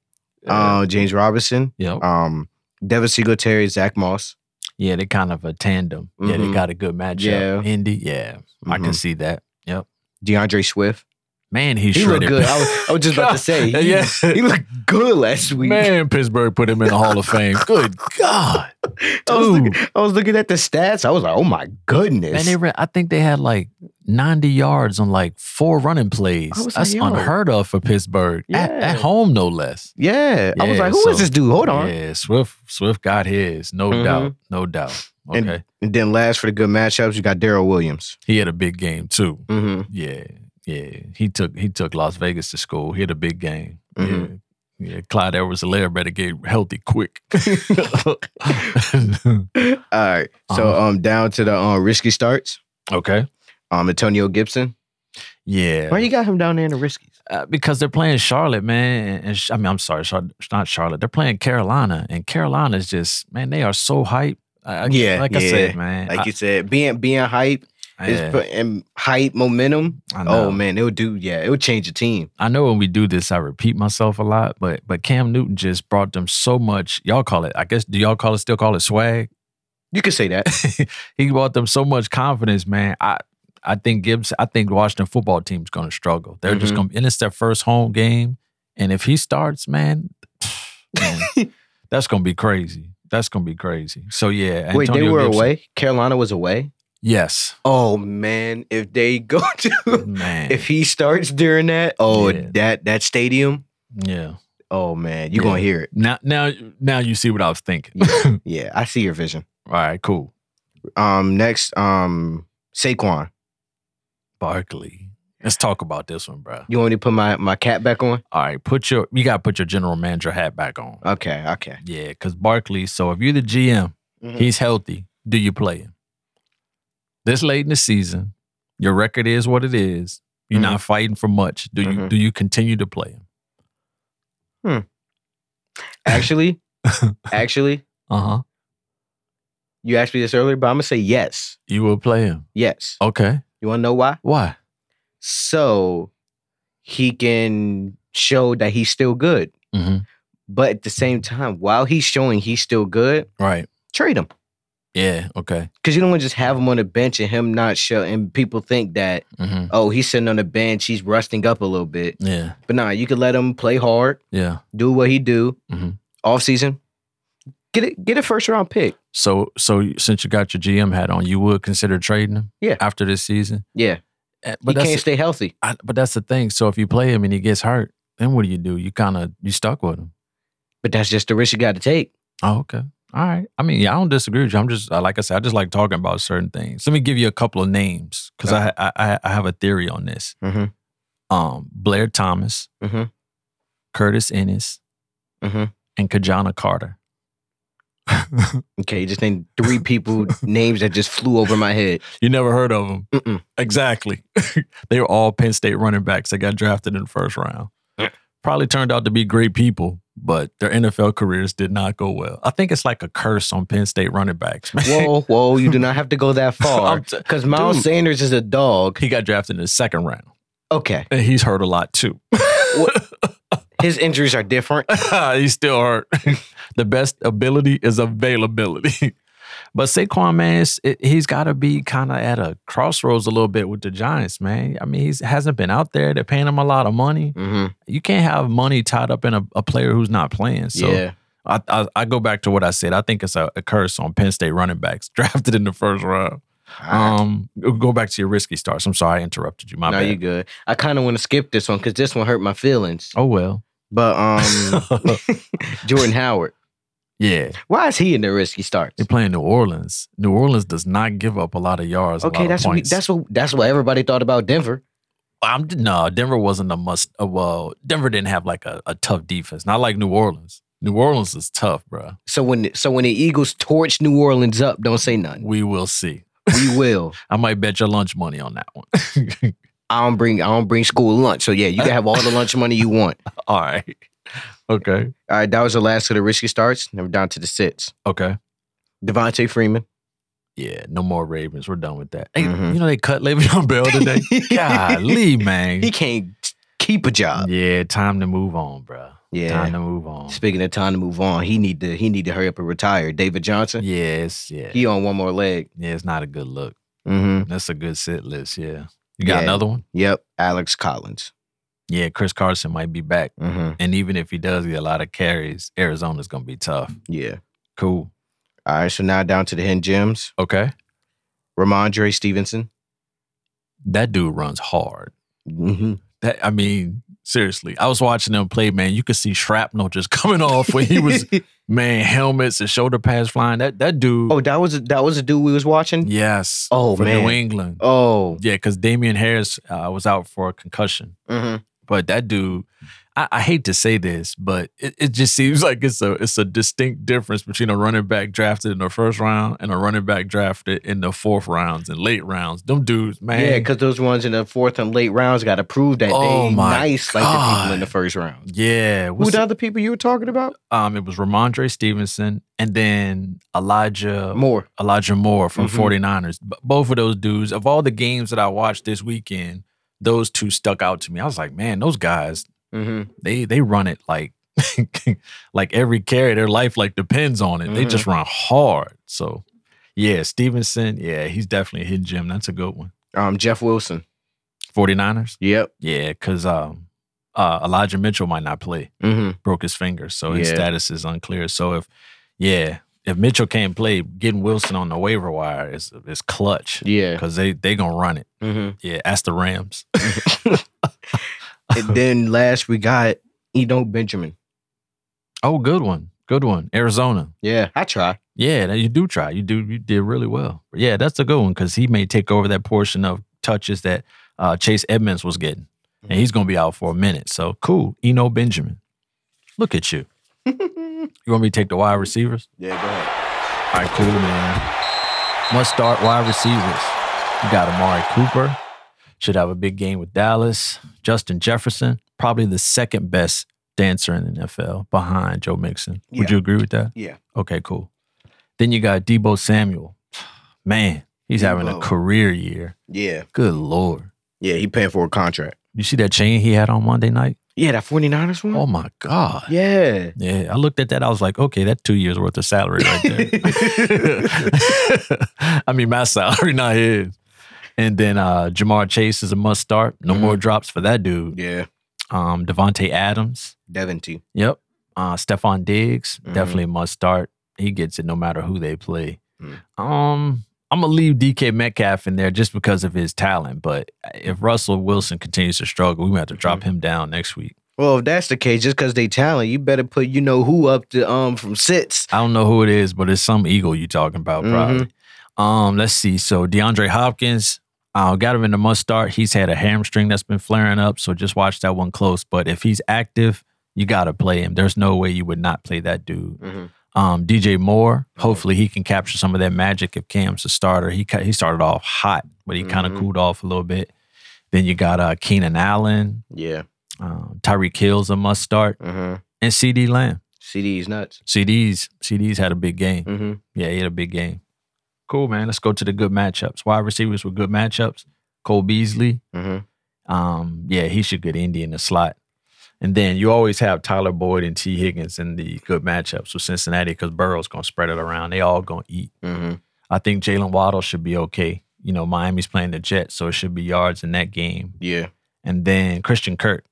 S1: Uh,
S3: Uh, James Robinson.
S1: yep.
S3: Um, Devin Singletary, Zach Moss.
S1: yeah, they kind of a tandem. Yeah, they
S3: Mhm.
S1: got a good matchup.
S3: Yeah.
S1: Indy. Yeah, I can
S3: Mhm.
S1: see that. Yep.
S3: DeAndre Swift.
S1: Man, he's
S3: He looked
S1: shredded.
S3: good. I was, I was just about to say. He,
S1: yeah.
S3: he looked good last week.
S1: Man, Pittsburgh put him in the Hall of Fame. Good God.
S3: I was,
S1: dude.
S3: looking, I was looking at the stats. I was like, oh my goodness.
S1: And they ran, I think they had like 90 yards on like four running plays.
S3: I was like,
S1: That's
S3: yo.
S1: unheard of for Pittsburgh. At, at
S3: Yeah.
S1: home, no less.
S3: Yeah. I was
S1: Yeah,
S3: like, who is
S1: so-
S3: this dude? Hold on.
S1: Yeah, Swift, Swift got his, no
S3: Mhm.
S1: doubt. No doubt.
S3: And-
S1: Okay.
S3: And then last for the good matchups, you got Daryl Williams.
S1: he had a big game too.
S3: Mm-hmm.
S1: Yeah. Yeah. He took he took Las Vegas to school. He had a big game.
S3: Mhm.
S1: Yeah. Yeah. Clyde Edwards Alaire better get healthy quick.
S3: All right. So
S1: Uh-huh.
S3: um down to the um risky starts.
S1: okay.
S3: Um Antonio Gibson.
S1: Yeah.
S3: Why you got him down there in the riskies?
S1: Uh, because they're playing Charlotte, man. And, and sh- I mean, I'm sorry, Char- not Charlotte. They're playing Carolina, and Carolina's just man, they are so hype. I, I-
S3: Yeah,
S1: like I
S3: yeah.
S1: said, man.
S3: Like you said, being being hype
S1: I,
S3: is
S1: yeah,
S3: put- and hype momentum.
S1: I know.
S3: Oh man, it'll do yeah, it'll change the team.
S1: I know when we do this, I repeat myself a lot, but but Cam Newton just brought them so much. Y'all call it, I guess. Do y'all call it still call it swag?
S3: You could say that.
S1: he brought them so much confidence, man. I I think Gibbs, I think the Washington football team's gonna struggle. They're just
S3: Mhm.
S1: gonna and it's their first home game. And if he starts, man, man, that's gonna be crazy. That's gonna be crazy. So yeah,
S3: Wait, they
S1: Antonio
S3: were
S1: Gibson-
S3: away? Carolina was away?
S1: Yes.
S3: Oh man, if they go to
S1: Man.
S3: if he starts during that, oh
S1: Yeah.
S3: that that stadium,
S1: yeah.
S3: oh man, you're
S1: Yeah.
S3: gonna hear it.
S1: Now now now you see what I was thinking.
S3: Yeah, I see your vision.
S1: All right, cool.
S3: Um next, um Saquon.
S1: Barkley. Let's talk about this one, bro.
S3: You want me to put my, my cap back on?
S1: All right, put your you gotta put your general manager hat back on.
S3: Okay, okay.
S1: Yeah, because Barkley, so if you're the GM, Mm. He's healthy. Do you play him? This late in the season, your record is what it is. You're
S3: Mm.
S1: not fighting for much. Do you
S3: Mhm.
S1: do you continue to play him?
S3: Actually, actually,
S1: Uh huh.
S3: Uh-huh. you asked me this earlier, but I'm gonna say yes.
S1: You will play him.
S3: Yes.
S1: Okay.
S3: You wanna know why?
S1: Why?
S3: So he can show that he's still good.
S1: hmm
S3: But at the same time, while he's showing he's still good,
S1: Right.
S3: trade him.
S1: Yeah. Okay.
S3: Cause you don't want to just have him on the bench and him not show and people think that,
S1: hmm
S3: oh, he's sitting on the bench, he's rusting up a little bit.
S1: Yeah.
S3: But nah, you could let him play hard,
S1: Yeah.
S3: do what he do,
S1: Mhm.
S3: off season. Get it get a first round pick.
S1: So so you- since you got your GM hat on, you would consider trading him.
S3: Yeah.
S1: After this season.
S3: Yeah.
S1: Eh,
S3: But
S1: But
S3: he can't
S1: that's
S3: stay healthy.
S1: I, but that's the thing. So if you play him and he gets hurt, then what do you do? You kind of you stuck with him.
S3: But that's just the risk you got to take.
S1: Oh, okay. All right. I mean, yeah, I don't disagree with you. I'm just uh, like I said, I just like talking about certain things. Let me give you a couple of names because I, I I have a theory on this.
S3: Mhm.
S1: Um, Blair Thomas,
S3: Mhm.
S1: Curtis Ennis,
S3: Mhm.
S1: and Kajana Carter.
S3: Okay, you just named three people names that just flew over my head.
S1: You never heard of them?
S3: Mm-mm.
S1: Exactly. they were all Penn State running backs that got drafted in the first round. Probably turned out to be great people, but their NFL careers did not go well. I think it's like a curse on Penn State running backs. man.
S3: Whoa, whoa, you do not have to go that far.
S1: I'm t-
S3: Because Miles
S1: Dude.
S3: Sanders is a dog.
S1: he got drafted in the second round.
S3: Okay.
S1: And he's hurt a lot too.
S3: His injuries are different.
S1: he's still hurt. the best ability is availability. but Saquon, man, it's- it, he's got to be kind of at a crossroads a little bit with the Giants, man. I mean, he hasn't been out there. They're paying him a lot of money.
S3: hmm
S1: You can't have money tied up in a, a player who's not playing. So
S3: yeah.
S1: I, I, I go back to what I said. I think it's a, a curse on Penn State running backs drafted in the first round.
S3: All
S1: Um, go back to your risky starts. I'm sorry I interrupted you. My
S3: right. Ah. no,
S1: bad.
S3: you good. I kind of want to skip this one because this one hurt my feelings.
S1: oh well.
S3: But um, Jordan Howard,
S1: yeah.
S3: why is he in the risky starts?
S1: They're playing New Orleans. New Orleans does not give up a lot of yards. a
S3: Okay,
S1: lot
S3: that's
S1: of
S3: what we,
S1: points.
S3: that's what that's what everybody thought about Denver.
S1: I'm no Denver wasn't a must. Uh, well, Denver didn't have like a, a tough defense. Not like New Orleans. New Orleans is tough, bro.
S3: So when so when the Eagles torch New Orleans up, don't say nothing.
S1: We will see.
S3: We will.
S1: I might bet your lunch money on that one.
S3: I don't bring I don't bring school lunch. So yeah, you can have all the lunch money you want.
S1: All right. Okay.
S3: All right, that was the last of the risky starts. Now we're down to the sits.
S1: Okay.
S3: Devontae Freeman.
S1: Yeah. No more Ravens. We're done with that. Hey,
S3: Mhm.
S1: you know they cut Le'Veon Bell today. Golly, man.
S3: He can't keep a job.
S1: Yeah. Time to move on, bro.
S3: Yeah.
S1: Time to move on.
S3: Speaking of time to move on, he need to he need to hurry up and retire. David Johnson.
S1: Yes. Yeah.
S3: He on one more leg.
S1: Yeah. It's not a good look.
S3: Mm-hmm.
S1: That's a good sit list. Yeah. You got
S3: Yeah.
S1: another one?
S3: Yep. Alex Collins.
S1: Yeah, Chris Carson might be back.
S3: Mm-hmm.
S1: And even if he does get a lot of carries, Arizona's going to be tough.
S3: Yeah.
S1: Cool.
S3: All right. So now down to the hen gems.
S1: Okay.
S3: Ramondre Stevenson.
S1: That dude runs hard.
S3: Mm-hmm.
S1: That I mean, seriously. I was watching him play, man. You could see shrapnel just coming off when he was man, helmets and shoulder pads flying. That that dude
S3: oh, that was that was a dude we was watching.
S1: yes.
S3: Oh
S1: for
S3: man.
S1: New England.
S3: Oh.
S1: Yeah, because Damian Harris uh, was out for a concussion.
S3: hmm
S1: But that dude, I, I hate to say this, but it, it just seems like it's a it's a distinct difference between a running back drafted in the first round and a running back drafted in the fourth rounds and late rounds. Them dudes, man.
S3: Yeah, because those ones in the fourth and late rounds got to prove that
S1: Oh,
S3: they
S1: my
S3: nice like the people in
S1: God.
S3: the first round.
S1: yeah.
S3: Who
S1: what's
S3: the other people you were talking about?
S1: the- um, it was Ramondre Stevenson and then Elijah
S3: More.
S1: Elijah Moore from
S3: Mhm.
S1: 49ers. B- both of those dudes, of all the games that I watched this weekend, those two stuck out to me. I was like, man, those guys,
S3: Mm-hmm.
S1: they they run it like like every carry their life like depends on it
S3: Mm-hmm.
S1: they just run hard so yeah stevenson yeah he's definitely a hidden gem that's a good one
S3: Um, Jeff Wilson.
S1: 49ers
S3: Yep.
S1: yeah because um uh elijah mitchell might not play
S3: Mm-hmm.
S1: broke his finger so his
S3: Yeah.
S1: status is unclear so if yeah if mitchell can't play getting wilson on the waiver wire is is clutch
S3: Yeah.
S1: because they they gonna run it
S3: Mm-hmm.
S1: yeah ask the rams
S3: and then last we got Eno Benjamin.
S1: oh good one good one arizona
S3: Yeah, I try.
S1: Yeah, that- you do try. You do. You did really well. But yeah, that's a good one because he may take over that portion of touches that uh, Chase Edmonds was getting, and he's going to be out for a minute. So cool, Eno Benjamin. Look at you. you want me to take the wide receivers?
S3: Yeah, go ahead.
S1: All right, cool, man. Must start wide receivers. You got Amari Cooper. Should have a big game with Dallas. Justin Jefferson, probably the second best dancer in the NFL behind Joe Mixon. Would
S3: Yeah.
S1: you agree with that?
S3: Yeah.
S1: Okay, cool. Then you got Debo Samuel. Man, he's having a
S3: Deebo.
S1: career year.
S3: Yeah.
S1: Good lord.
S3: Yeah, he paying for a contract.
S1: You see that chain he had on Monday night?
S3: Yeah, that 49ers one?
S1: Oh my God.
S3: yeah.
S1: Yeah, I looked at that. I was like, okay, that's two years worth of salary right there. I mean, my salary, not his. And then uh, Jamar Chase is a must start. No more drops for that dude.
S3: Yeah.
S1: Um, Devontae Adams.
S3: Devontae.
S1: Yep. Uh, Stephon Diggs,
S3: Mhm.
S1: definitely a must start. He gets it no matter who they play.
S3: Mm.
S1: Um, I'm going to leave DK Metcalf in there just because of his talent. But if Russell Wilson continues to struggle, we might have to drop him down next week.
S3: Well, if that's the case, just because they talent, you better put you know who up to um from sits.
S1: I don't know who it is, but it's some eagle you talking about,
S3: Mhm.
S1: probably. Um, let's see. So DeAndre Hopkins, uh, got him in the must start. He's had a hamstring that's been flaring up, so just watch that one close. But if he's active, you gotta play him. There's no way you would not play that dude.
S3: Mhm.
S1: Um, DJ Moore, hopefully he can capture some of that magic if Cam's a starter. He ki- he started off hot, but he kind of
S3: Mhm.
S1: cooled off a little bit. Then you got uh, Keenan Allen,
S3: Yeah.
S1: um, Tyreek Hill's a must start,
S3: Mm-hmm.
S1: and CD Lamb.
S3: CD's nuts.
S1: CD's CD's had a big game.
S3: Mm-hmm.
S1: Yeah, he had a big game. Cool, man. Let's go to the good matchups. Wide receivers with good matchups. Cole Beasley.
S3: Mm-hmm.
S1: Um, yeah, he should get Indy in the slot. And then you always have Tyler Boyd and T. Higgins in the good matchups with Cincinnati because Burrow's gonna spread it around. They all gonna eat.
S3: Mm-hmm.
S1: I think Jalen Waddle should be okay. You know, Miami's playing the Jets, so it should be yards in that game.
S3: Yeah.
S1: And then Christian Kirk.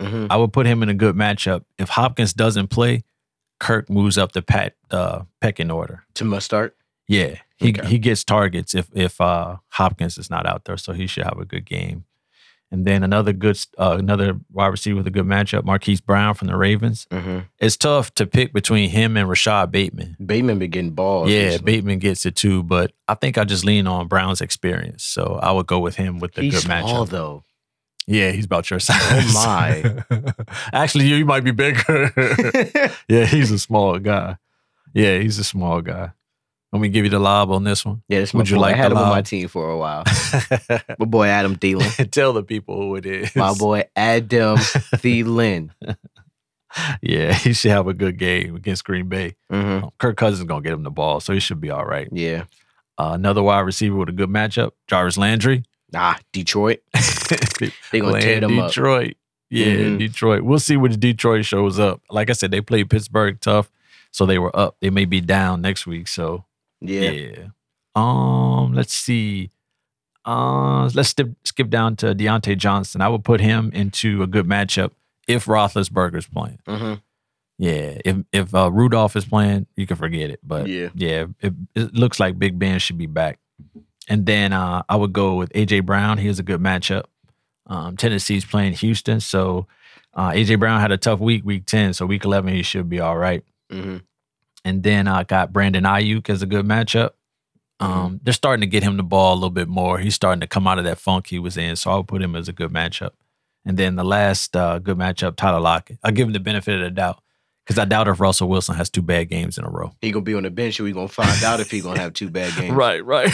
S3: Mm-hmm.
S1: I would put him in a good matchup. If Hopkins doesn't play, Kirk moves up the pat uh pecking order.
S3: To must start.
S1: Yeah, he
S3: Okay.
S1: he gets targets if if uh, Hopkins is not out there, so he should have a good game. And then another good uh, another wide receiver with a good matchup, Marquise Brown from the Ravens.
S3: Mm-hmm.
S1: It's tough to pick between him and Rashad Bateman.
S3: Bateman been getting balls.
S1: yeah,
S3: recently.
S1: Bateman gets it too, but I think I just lean on Brown's experience, so I would go with him with the
S3: He's
S1: good matchup.
S3: small though.
S1: Yeah, he's about your size.
S3: Oh, my.
S1: Actually, you, you might be bigger. yeah, he's a small guy. Yeah, he's a small guy. Let me to give you the lob on this one.
S3: Yeah, this my
S1: Would you
S3: boy.
S1: like
S3: I had
S1: the
S3: him on my
S1: lob?
S3: team for a while. my boy Adam Thielen.
S1: Tell the people who it is.
S3: My boy Adam Thielen.
S1: Yeah, he should have a good game against Green Bay.
S3: Mm-hmm.
S1: Kirk Cousins is gonna get him the ball, so he should be all right.
S3: Yeah.
S1: Uh, another wide receiver with a good matchup, Jarvis Landry.
S3: Nah, Detroit. They gonna tear
S1: Playing
S3: them up.
S1: Detroit. Yeah,
S3: Mhm.
S1: Detroit. We'll see which Detroit shows up. Like I said, they played Pittsburgh tough, so they were up. They may be down next week. So yeah.
S3: Yeah.
S1: Um, let's see. Uh, let's skip, skip down to Deontay Johnson. I would put him into a good matchup if Roethlisberger's playing.
S3: Mm-hmm.
S1: Yeah, if if uh, Rudolph is playing, you can forget it. But yeah,
S3: Yeah.
S1: it, it looks like Big Ben should be back, And then uh, I would go with AJ Brown. He was a good matchup. Um, Tennessee's playing Houston, so uh, AJ Brown had a tough week, week ten. So week eleven, he should be all right.
S3: hmm
S1: And then I got Brandon Ayuk as a good matchup. Um, they're starting to get him the ball a little bit more. He's starting to come out of that funk he was in, so I would put him as a good matchup. And then the last uh, good matchup, Tyler Lockett. I give him the benefit of the doubt because I doubt if Russell Wilson has two bad games in a row.
S3: He gonna be on the bench, and we gonna find out if he gonna have two bad games.
S1: Right, right.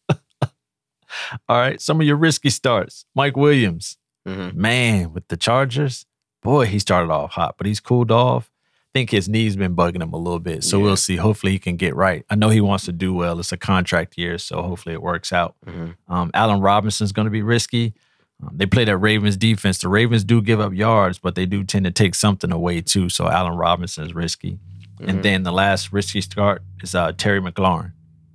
S1: All right, some of your risky starts. Mike Williams,
S3: hmm
S1: man, with the Chargers, boy, he started off hot, but he's cooled off. I think his knee's been bugging him a little bit, so
S3: Yeah.
S1: we'll see. Hopefully, he can get right. I know he wants to do well. It's a contract year, so hopefully, it works out.
S3: hmm
S1: Um, Allen Robinson's going to be risky. Um, they play that Ravens defense. The Ravens do give up yards, but they do tend to take something away too. So Allen Robinson is risky.
S3: Mm-hmm.
S1: And then the last risky start is uh, Terry McLaurin.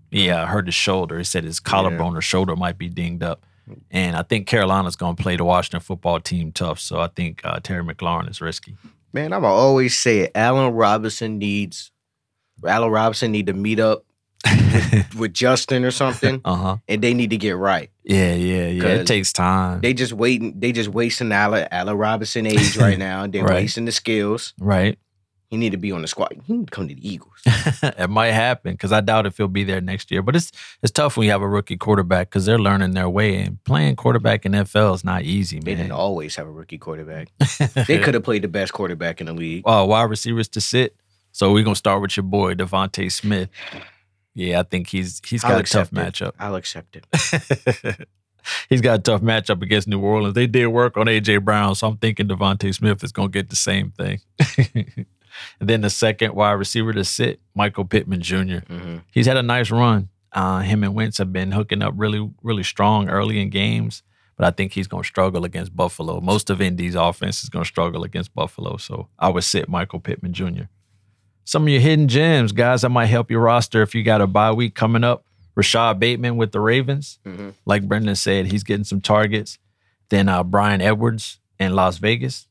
S1: He
S3: Mm-hmm.
S1: uh, hurt his shoulder. He said his collarbone or shoulder might be dinged up. And I think Carolina's going to play the Washington football team tough. So I think uh, Terry McLaurin is risky.
S3: Man, I'ma always say it. Allen Robinson needs Allen Robinson need to meet up with Justin or something,
S1: Uh huh.
S3: and they need to get right.
S1: Yeah, yeah, yeah. It
S3: 'Cause
S1: takes time.
S3: They just waiting. They just wasting Allen Allen Robinson age right now. and They're
S1: Right.
S3: wasting the skills.
S1: right.
S3: He need to be on the squad. He need to come to the Eagles.
S1: it might happen because I doubt if he'll be there next year. But it's it's tough when you have a rookie quarterback because they're learning their way and playing quarterback in NFL is not easy,
S3: They didn't
S1: man.
S3: always have a rookie quarterback. They could have played the best quarterback in the league.
S1: uh, wide receivers to sit. So we're gonna start with your boy Devonte Smith. Yeah, I think he's he's
S3: I'll
S1: got a tough
S3: accept
S1: matchup.
S3: I'll accept it.
S1: he's got a tough matchup against New Orleans. They did work on AJ Brown, so I'm thinking Devonte Smith is gonna get the same thing. and then the second wide receiver to sit, Michael Pittman Jr.
S3: hmm
S1: He's had a nice run. Uh, him and Wentz have been hooking up really, really strong early in games, but I think he's going to struggle against Buffalo. Most of Indy's offense is going to struggle against Buffalo, so I would sit Michael Pittman Jr. Some of your hidden gems, guys, that might help your roster if you got a bye week coming up. Rashad Bateman with the Ravens.
S3: Mhm.
S1: Like Brendan said, he's getting some targets. Then uh, Brian Edwards in Las Vegas.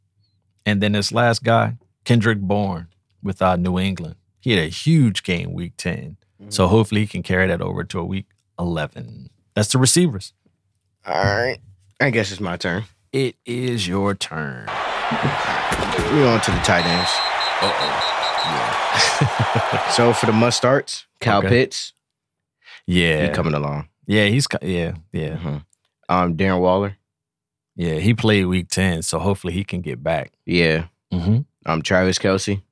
S1: And then this last guy, Kendrick Bourne with uh, New England. He had a huge game week 10. So hopefully he can carry that over to a week 11. That's the receivers.
S3: All right. I guess it's my turn.
S1: It is your turn.
S3: We on to the tight ends. Yeah. so for the must starts, Cal
S1: Okay.
S3: Pitts,
S1: Yeah.
S3: he coming along.
S1: yeah, he's co- yeah, yeah.
S3: Mhm. Um, Darren Waller,
S1: Yeah, he played week 10, so hopefully he can get back.
S3: yeah.
S1: Mm-hmm.
S3: Um, Travis Kelsey,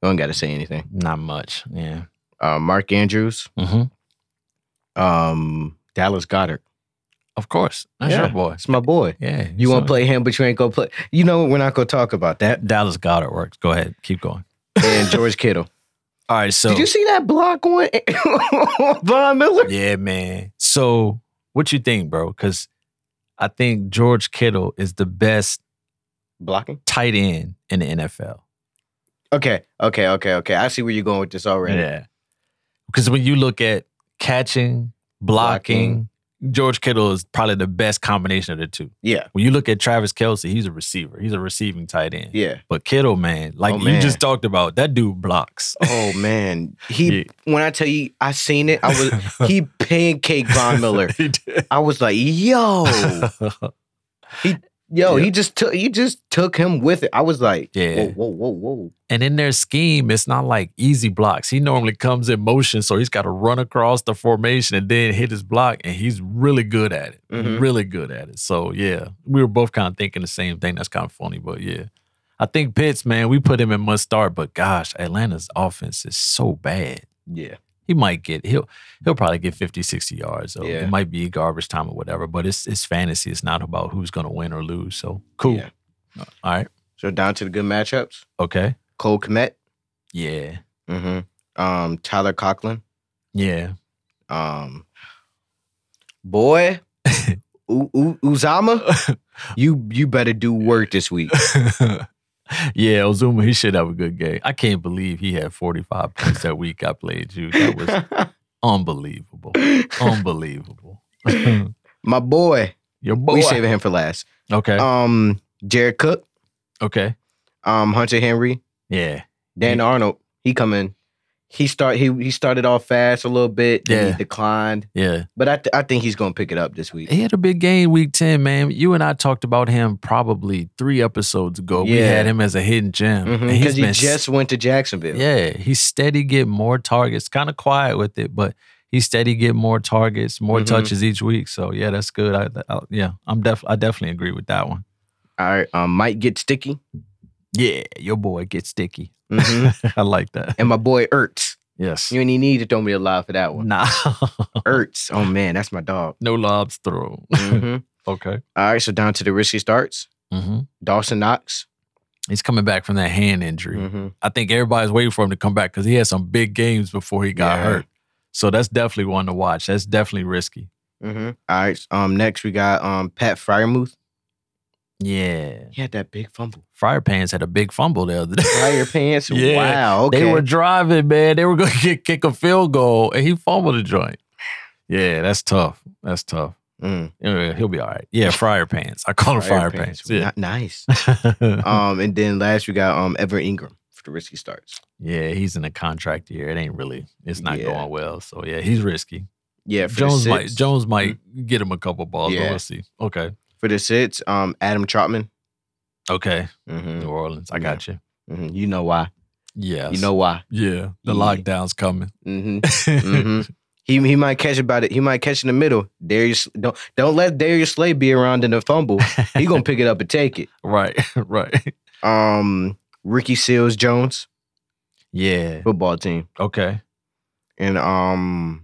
S3: don't got to say anything.
S1: Not much. Yeah.
S3: Uh, Mark Andrews,
S1: Mm-hmm.
S3: um, Dallas Goddard.
S1: Of course. That's
S3: Yeah.
S1: your boy.
S3: That's my boy.
S1: Yeah.
S3: You
S1: so-
S3: want to play him, but you ain't gonna play. You know we're not gonna talk about that.
S1: Dallas Goddard works. Go ahead. Keep going.
S3: And George Kittle.
S1: All right. So
S3: Did you see that block on on Von Miller?
S1: Yeah, man. So, what you think, bro? Because I think George Kittle is the best
S3: Blocking.
S1: tight end in the NFL.
S3: Okay, okay, okay, okay. I see where you're going with this already.
S1: Yeah. Because when you look at catching, blocking, George Kittle is probably the best combination of the two.
S3: Yeah,
S1: When you look at Travis Kelsey, he's a receiver. He's a receiving tight end.
S3: yeah.
S1: But Kittle, man, like
S3: Oh,
S1: you
S3: man.
S1: just talked about, that dude blocks.
S3: Oh man, he. When I tell you, I seen it. I was he pancaked Von Miller.
S1: he did.
S3: I was like, yo, yo, he just took he just took him with it. I was like,
S1: Yeah.
S3: whoa, whoa, whoa, whoa.
S1: And in their scheme, it's not like easy blocks. He normally comes in motion, so he's got to run across the formation and then hit his block, and he's really good at it.
S3: Mhm.
S1: Really good at it. So yeah, we were both kind of thinking the same thing. That's kind of funny, but yeah. I think Pitts, man, we put him in must start, but gosh, Atlanta's offense is so bad.
S3: Yeah,
S1: He might get he'll he'll probably get 50, 60 yards. So
S3: Yeah.
S1: it might be garbage time or whatever, but it's it's fantasy. It's not about who's gonna win or lose. So cool.
S3: Yeah.
S1: All right.
S3: So down to the good matchups:
S1: Okay.
S3: Cole Kmet,
S1: Yeah.
S3: hmm um, Tyler Conklin,
S1: Yeah.
S3: um, boy, U- U- Uzama. You you better do work this week.
S1: yeah, Ozuma, he should have a good game. I can't believe he had 45 points that week I played you. That was unbelievable. Unbelievable.
S3: My boy,
S1: Your boy.
S3: we saving him for last.
S1: Okay.
S3: Um, Jared Cook,
S1: okay.
S3: um, Hunter Henry,
S1: Yeah.
S3: Dan Arnold, he coming. he start he he started off fast a little bit. Then
S1: Yeah.
S3: he declined,
S1: Yeah.
S3: but I th- I think he's gonna pick it up this week.
S1: He had a big game week 10, man. You and I talked about him probably three episodes ago. We
S3: Yeah.
S1: had him as a hidden gem.
S3: Because
S1: And he's
S3: Mm-hmm, he
S1: been
S3: just went to Jacksonville.
S1: Yeah, he steady get more targets. Kind of quiet with it, but he steady get more targets, more
S3: Mhm.
S1: touches each week. So yeah, that's good. I, I yeah, I'm def I definitely agree with that one.
S3: All right, um, might get sticky.
S1: Yeah, your boy gets sticky.
S3: Mhm.
S1: I like that.
S3: and my boy Ertz.
S1: Yes.
S3: You ain't even need to throw me a lie for that one.
S1: Nah,
S3: Ertz. Oh man, that's my dog.
S1: no lobs thrown.
S3: Mhm.
S1: Okay.
S3: All right, so down to the risky starts.
S1: hmm
S3: Dawson Knox.
S1: He's coming back from that hand injury.
S3: Mhm.
S1: I think everybody's waiting for him to come back because he had some big games before he got
S3: Yeah.
S1: hurt. So that's definitely one to watch. That's definitely risky.
S3: Mhm. All right. Um, next we got um Pat Fryermuth.
S1: Yeah.
S3: He had that big fumble.
S1: Fryer Pants had a big fumble the other day.
S3: Fryer pants.
S1: Yeah,
S3: Wow. Okay.
S1: They were driving, man. They were going to get, kick a field goal, and he fumbled the joint. Yeah, that's tough. That's tough.
S3: Mm,
S1: Yeah, he'll be all right. Yeah, fryer pants. I call him fryer, pants.
S3: Not nice.
S1: Yeah.
S3: um, and then last we got um Ever Ingram for the risky starts.
S1: yeah, he's in a contract year. It ain't really. It's not
S3: Yeah.
S1: going well. So yeah, he's risky.
S3: Yeah. For
S1: Jones
S3: the
S1: might.
S3: sits,
S1: Jones might get him a couple balls. But
S3: Yeah.
S1: we'll see. Okay.
S3: for the sits. Um, Adam Trotman.
S1: Okay.
S3: Mm-hmm.
S1: New Orleans. I got you.
S3: hmm You know why?
S1: Yeah.
S3: You know why?
S1: Yeah. The
S3: Yeah.
S1: lockdown's coming.
S3: Mm-hmm. hmm He he might catch about it. He might catch in the middle. Darius, don't don't let Darius Slay be around in the fumble. He gonna pick it up and take it.
S1: right. Right.
S3: Um, Ricky Seals Jones
S1: Yeah.
S3: football team
S1: Okay.
S3: and um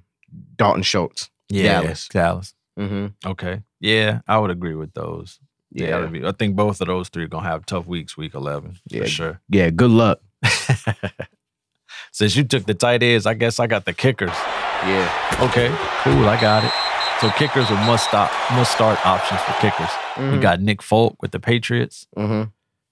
S3: Dalton Schultz.
S1: Yeah.
S3: Dallas.
S1: Dallas.
S3: Mm-hmm.
S1: Okay. Yeah, I would agree with those. Yeah,
S3: Yeah,
S1: that'd be- I think both of those three are gonna have tough weeks, week eleven
S3: Yeah.
S1: for sure.
S3: yeah. Good luck.
S1: Since you took the tight ends, I guess I got the kickers.
S3: Yeah.
S1: Okay, cool, I got it. So kickers are must stop, must start options for kickers.
S3: Mm-hmm.
S1: You got Nick Folk with the Patriots,
S3: hmm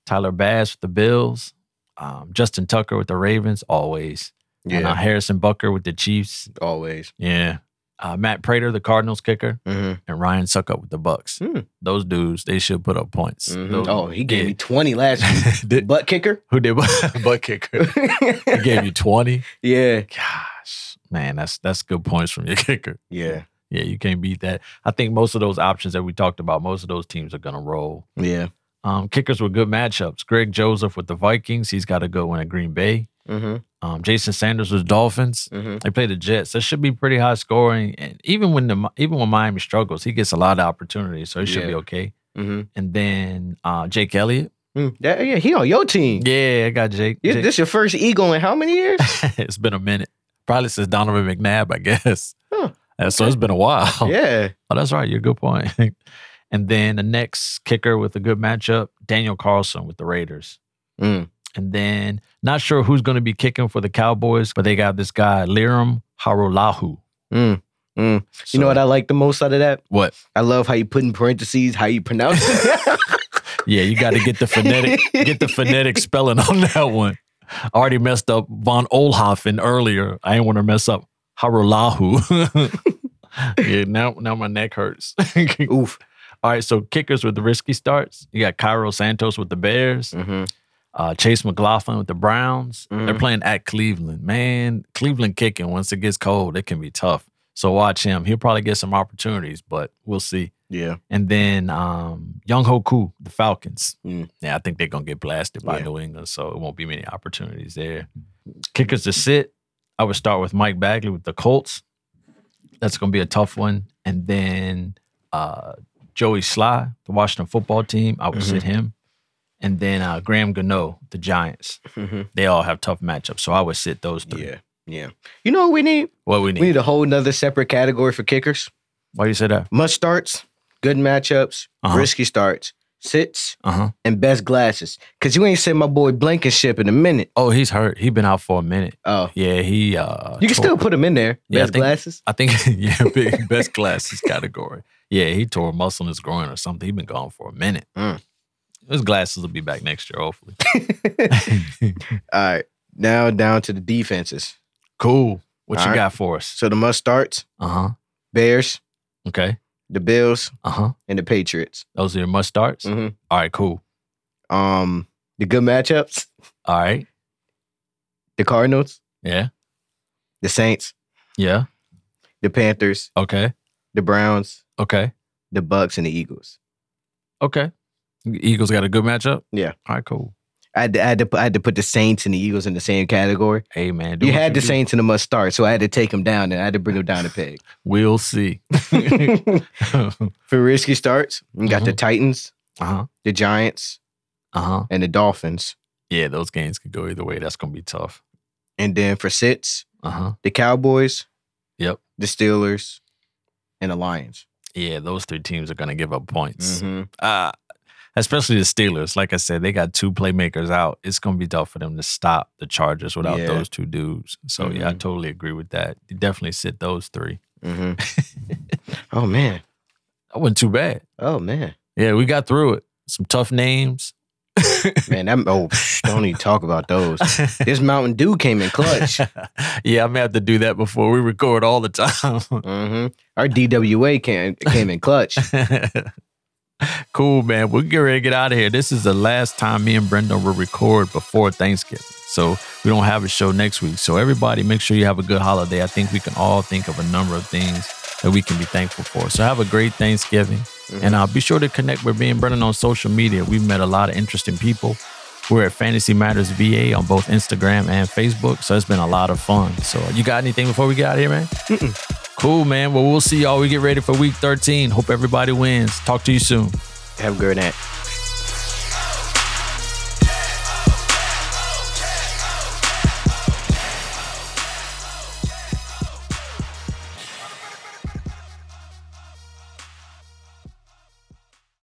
S1: Tyler Bass with the Bills, um, Justin Tucker with the Ravens, always, and
S3: Yeah.
S1: uh, Harrison Bucker with the Chiefs.
S3: Always.
S1: Yeah, uh, Matt Prater, the Cardinals kicker,
S3: hmm
S1: and Ryan Suckup with the Bucks.
S3: Hmm.
S1: Those dudes, they should put up points. Those-
S3: Oh, he gave
S1: yeah.
S3: me twenty last week.
S1: Did-
S3: butt kicker.
S1: Who did butt kicker? He gave you 20.
S3: yeah.
S1: Gosh, man, that's that's good points from your kicker.
S3: Yeah.
S1: Yeah, you can't beat that. I think most of those options that we talked about, most of those teams are gonna roll.
S3: Yeah.
S1: Um, kickers were good matchups. Greg Joseph with the Vikings, he's got a good one at Green Bay.
S3: Mm-hmm.
S1: Um, Jason Sanders with Dolphins.
S3: Mm-hmm.
S1: They play the Jets. That should be pretty high scoring. And even when the Mi- even when Miami struggles, he gets a lot of opportunities, so he should
S3: Yeah.
S1: be okay.
S3: Mm-hmm.
S1: And then uh, Jake Elliott.
S3: Yeah, Mm. yeah. He on your team.
S1: Yeah, I got Jake.
S3: Yeah,
S1: Jake-
S3: this your first eagle in how many years?
S1: it's been a minute. Probably since Donovan McNabb, I guess.
S3: Huh.
S1: And so it's been a while.
S3: Yeah.
S1: Oh, that's right. You're a good point. and then the next kicker with a good matchup, Daniel Carlson with the Raiders.
S3: Mm.
S1: And then not sure who's going to be kicking for the Cowboys, but they got this guy, Liram Harolahu.
S3: Mm. Mm.
S1: So-
S3: You know what I like the most out of that?
S1: What?
S3: I love how you put in parentheses how you pronounce it.
S1: Yeah, you got to get the phonetic, get the phonetic spelling on that one. I already messed up von Olhoffen earlier. I didn't want to mess up Harolahu. yeah, now now my neck hurts.
S3: Oof.
S1: All right, so kickers with the risky starts. You got Cairo Santos with the Bears,
S3: Mm-hmm.
S1: uh, Chase McLaughlin with the Browns. They're
S3: Mhm.
S1: playing at Cleveland. Man, Cleveland kicking once it gets cold, it can be tough. So watch him. He'll probably get some opportunities, but we'll see.
S3: Yeah.
S1: And then um, Young Ho Koo, the Falcons.
S3: Mm.
S1: Yeah, I think they're gonna get blasted by
S3: Yeah.
S1: New England, so it won't be many opportunities there. Kickers to sit. I would start with Mike Bagley with the Colts. That's gonna be a tough one. And then uh, Joey Sly, the Washington football team. I would
S3: Mm-hmm.
S1: sit him. And then uh, Graham Gano, the Giants.
S3: Mm-hmm.
S1: They all have tough matchups, so I would sit those three.
S3: Yeah. Yeah. You know what we need?
S1: What we need?
S3: We need a whole nother separate category for kickers.
S1: Why you say that?
S3: Must starts, good matchups,
S1: Uh-huh.
S3: risky starts, sits,
S1: Uh huh.
S3: and best glasses. Cause you ain't said my boy Blankenship in a minute.
S1: Oh, he's hurt. He's been out for a minute.
S3: Oh.
S1: Yeah, he. uh
S3: You can
S1: tore-
S3: still put him in there.
S1: Yeah, I
S3: best
S1: think-
S3: glasses.
S1: I think yeah, big best classes category. Yeah, he tore a muscle in his groin or something. He's been gone for a minute.
S3: Mm.
S1: His glasses will be back next year, hopefully.
S3: All right. Now down to the defenses.
S1: cool. What
S3: All
S1: you
S3: right.
S1: got for us?
S3: So the must starts,
S1: Uh huh.
S3: Bears,
S1: Okay.
S3: the Bills,
S1: Uh huh.
S3: and the Patriots.
S1: Those are your must starts.
S3: Mm-hmm.
S1: All right. Cool.
S3: Um, the good matchups,
S1: All right.
S3: the Cardinals,
S1: Yeah.
S3: the Saints,
S5: Yeah.
S3: the Panthers,
S5: Okay.
S3: the Browns,
S5: Okay.
S3: the Bucks, and the Eagles.
S5: Okay.
S1: Eagles got a good matchup.
S3: Yeah.
S1: All right, cool.
S3: I had, to, I, had to, put- I had to put the Saints and the Eagles in the same category.
S1: Hey man, do
S3: You
S1: what
S3: had the
S1: do.
S3: Saints in the must start, so I had to take them down and I had to bring them down a peg.
S1: We'll see.
S3: For
S1: uh
S3: risky starts, you got the Titans,
S1: huh.
S3: the Giants,
S1: Uh huh.
S3: and the Dolphins.
S1: Yeah, those games could go either way. That's gonna be tough.
S3: And then for sits,
S1: Uh huh.
S3: the Cowboys,
S1: Yep.
S3: the Steelers, and the Lions.
S1: Yeah, those three teams are gonna give up points.
S3: Mhm.
S1: Uh especially the Steelers. Like I said, they got two playmakers out. It's gonna be tough for them to stop the Chargers without
S3: Yeah.
S1: those two dudes. So yeah, I
S3: Mhm.
S1: totally agree with that. You definitely sit those three.
S3: Mhm. oh man.
S1: That wasn't too bad.
S3: Oh man.
S1: Yeah, we got through it. Some tough names.
S3: Man, that oh psh, don't even talk about those. This Mountain Dew came in clutch.
S1: yeah, I may have to do that before we record all the time.
S3: hmm Our DWA came came in clutch.
S1: cool, man. We'll get ready to get out of here. This is the last time me and Brenda will record before Thanksgiving. So we don't have a show next week. So everybody, make sure you have a good holiday. I think we can all think of a number of things that we can be thankful for. So have a great Thanksgiving. And uh, be sure to connect with me and Brendan on social media. We've met a lot of interesting people. We're at Fantasy Matters VA on both Instagram and Facebook. So it's been a lot of fun. So you got anything before we get out of here, man? Cool, man. Well, we'll see y'all. We get ready for week 13. Hope everybody wins. Talk to you soon.
S3: Have a good night.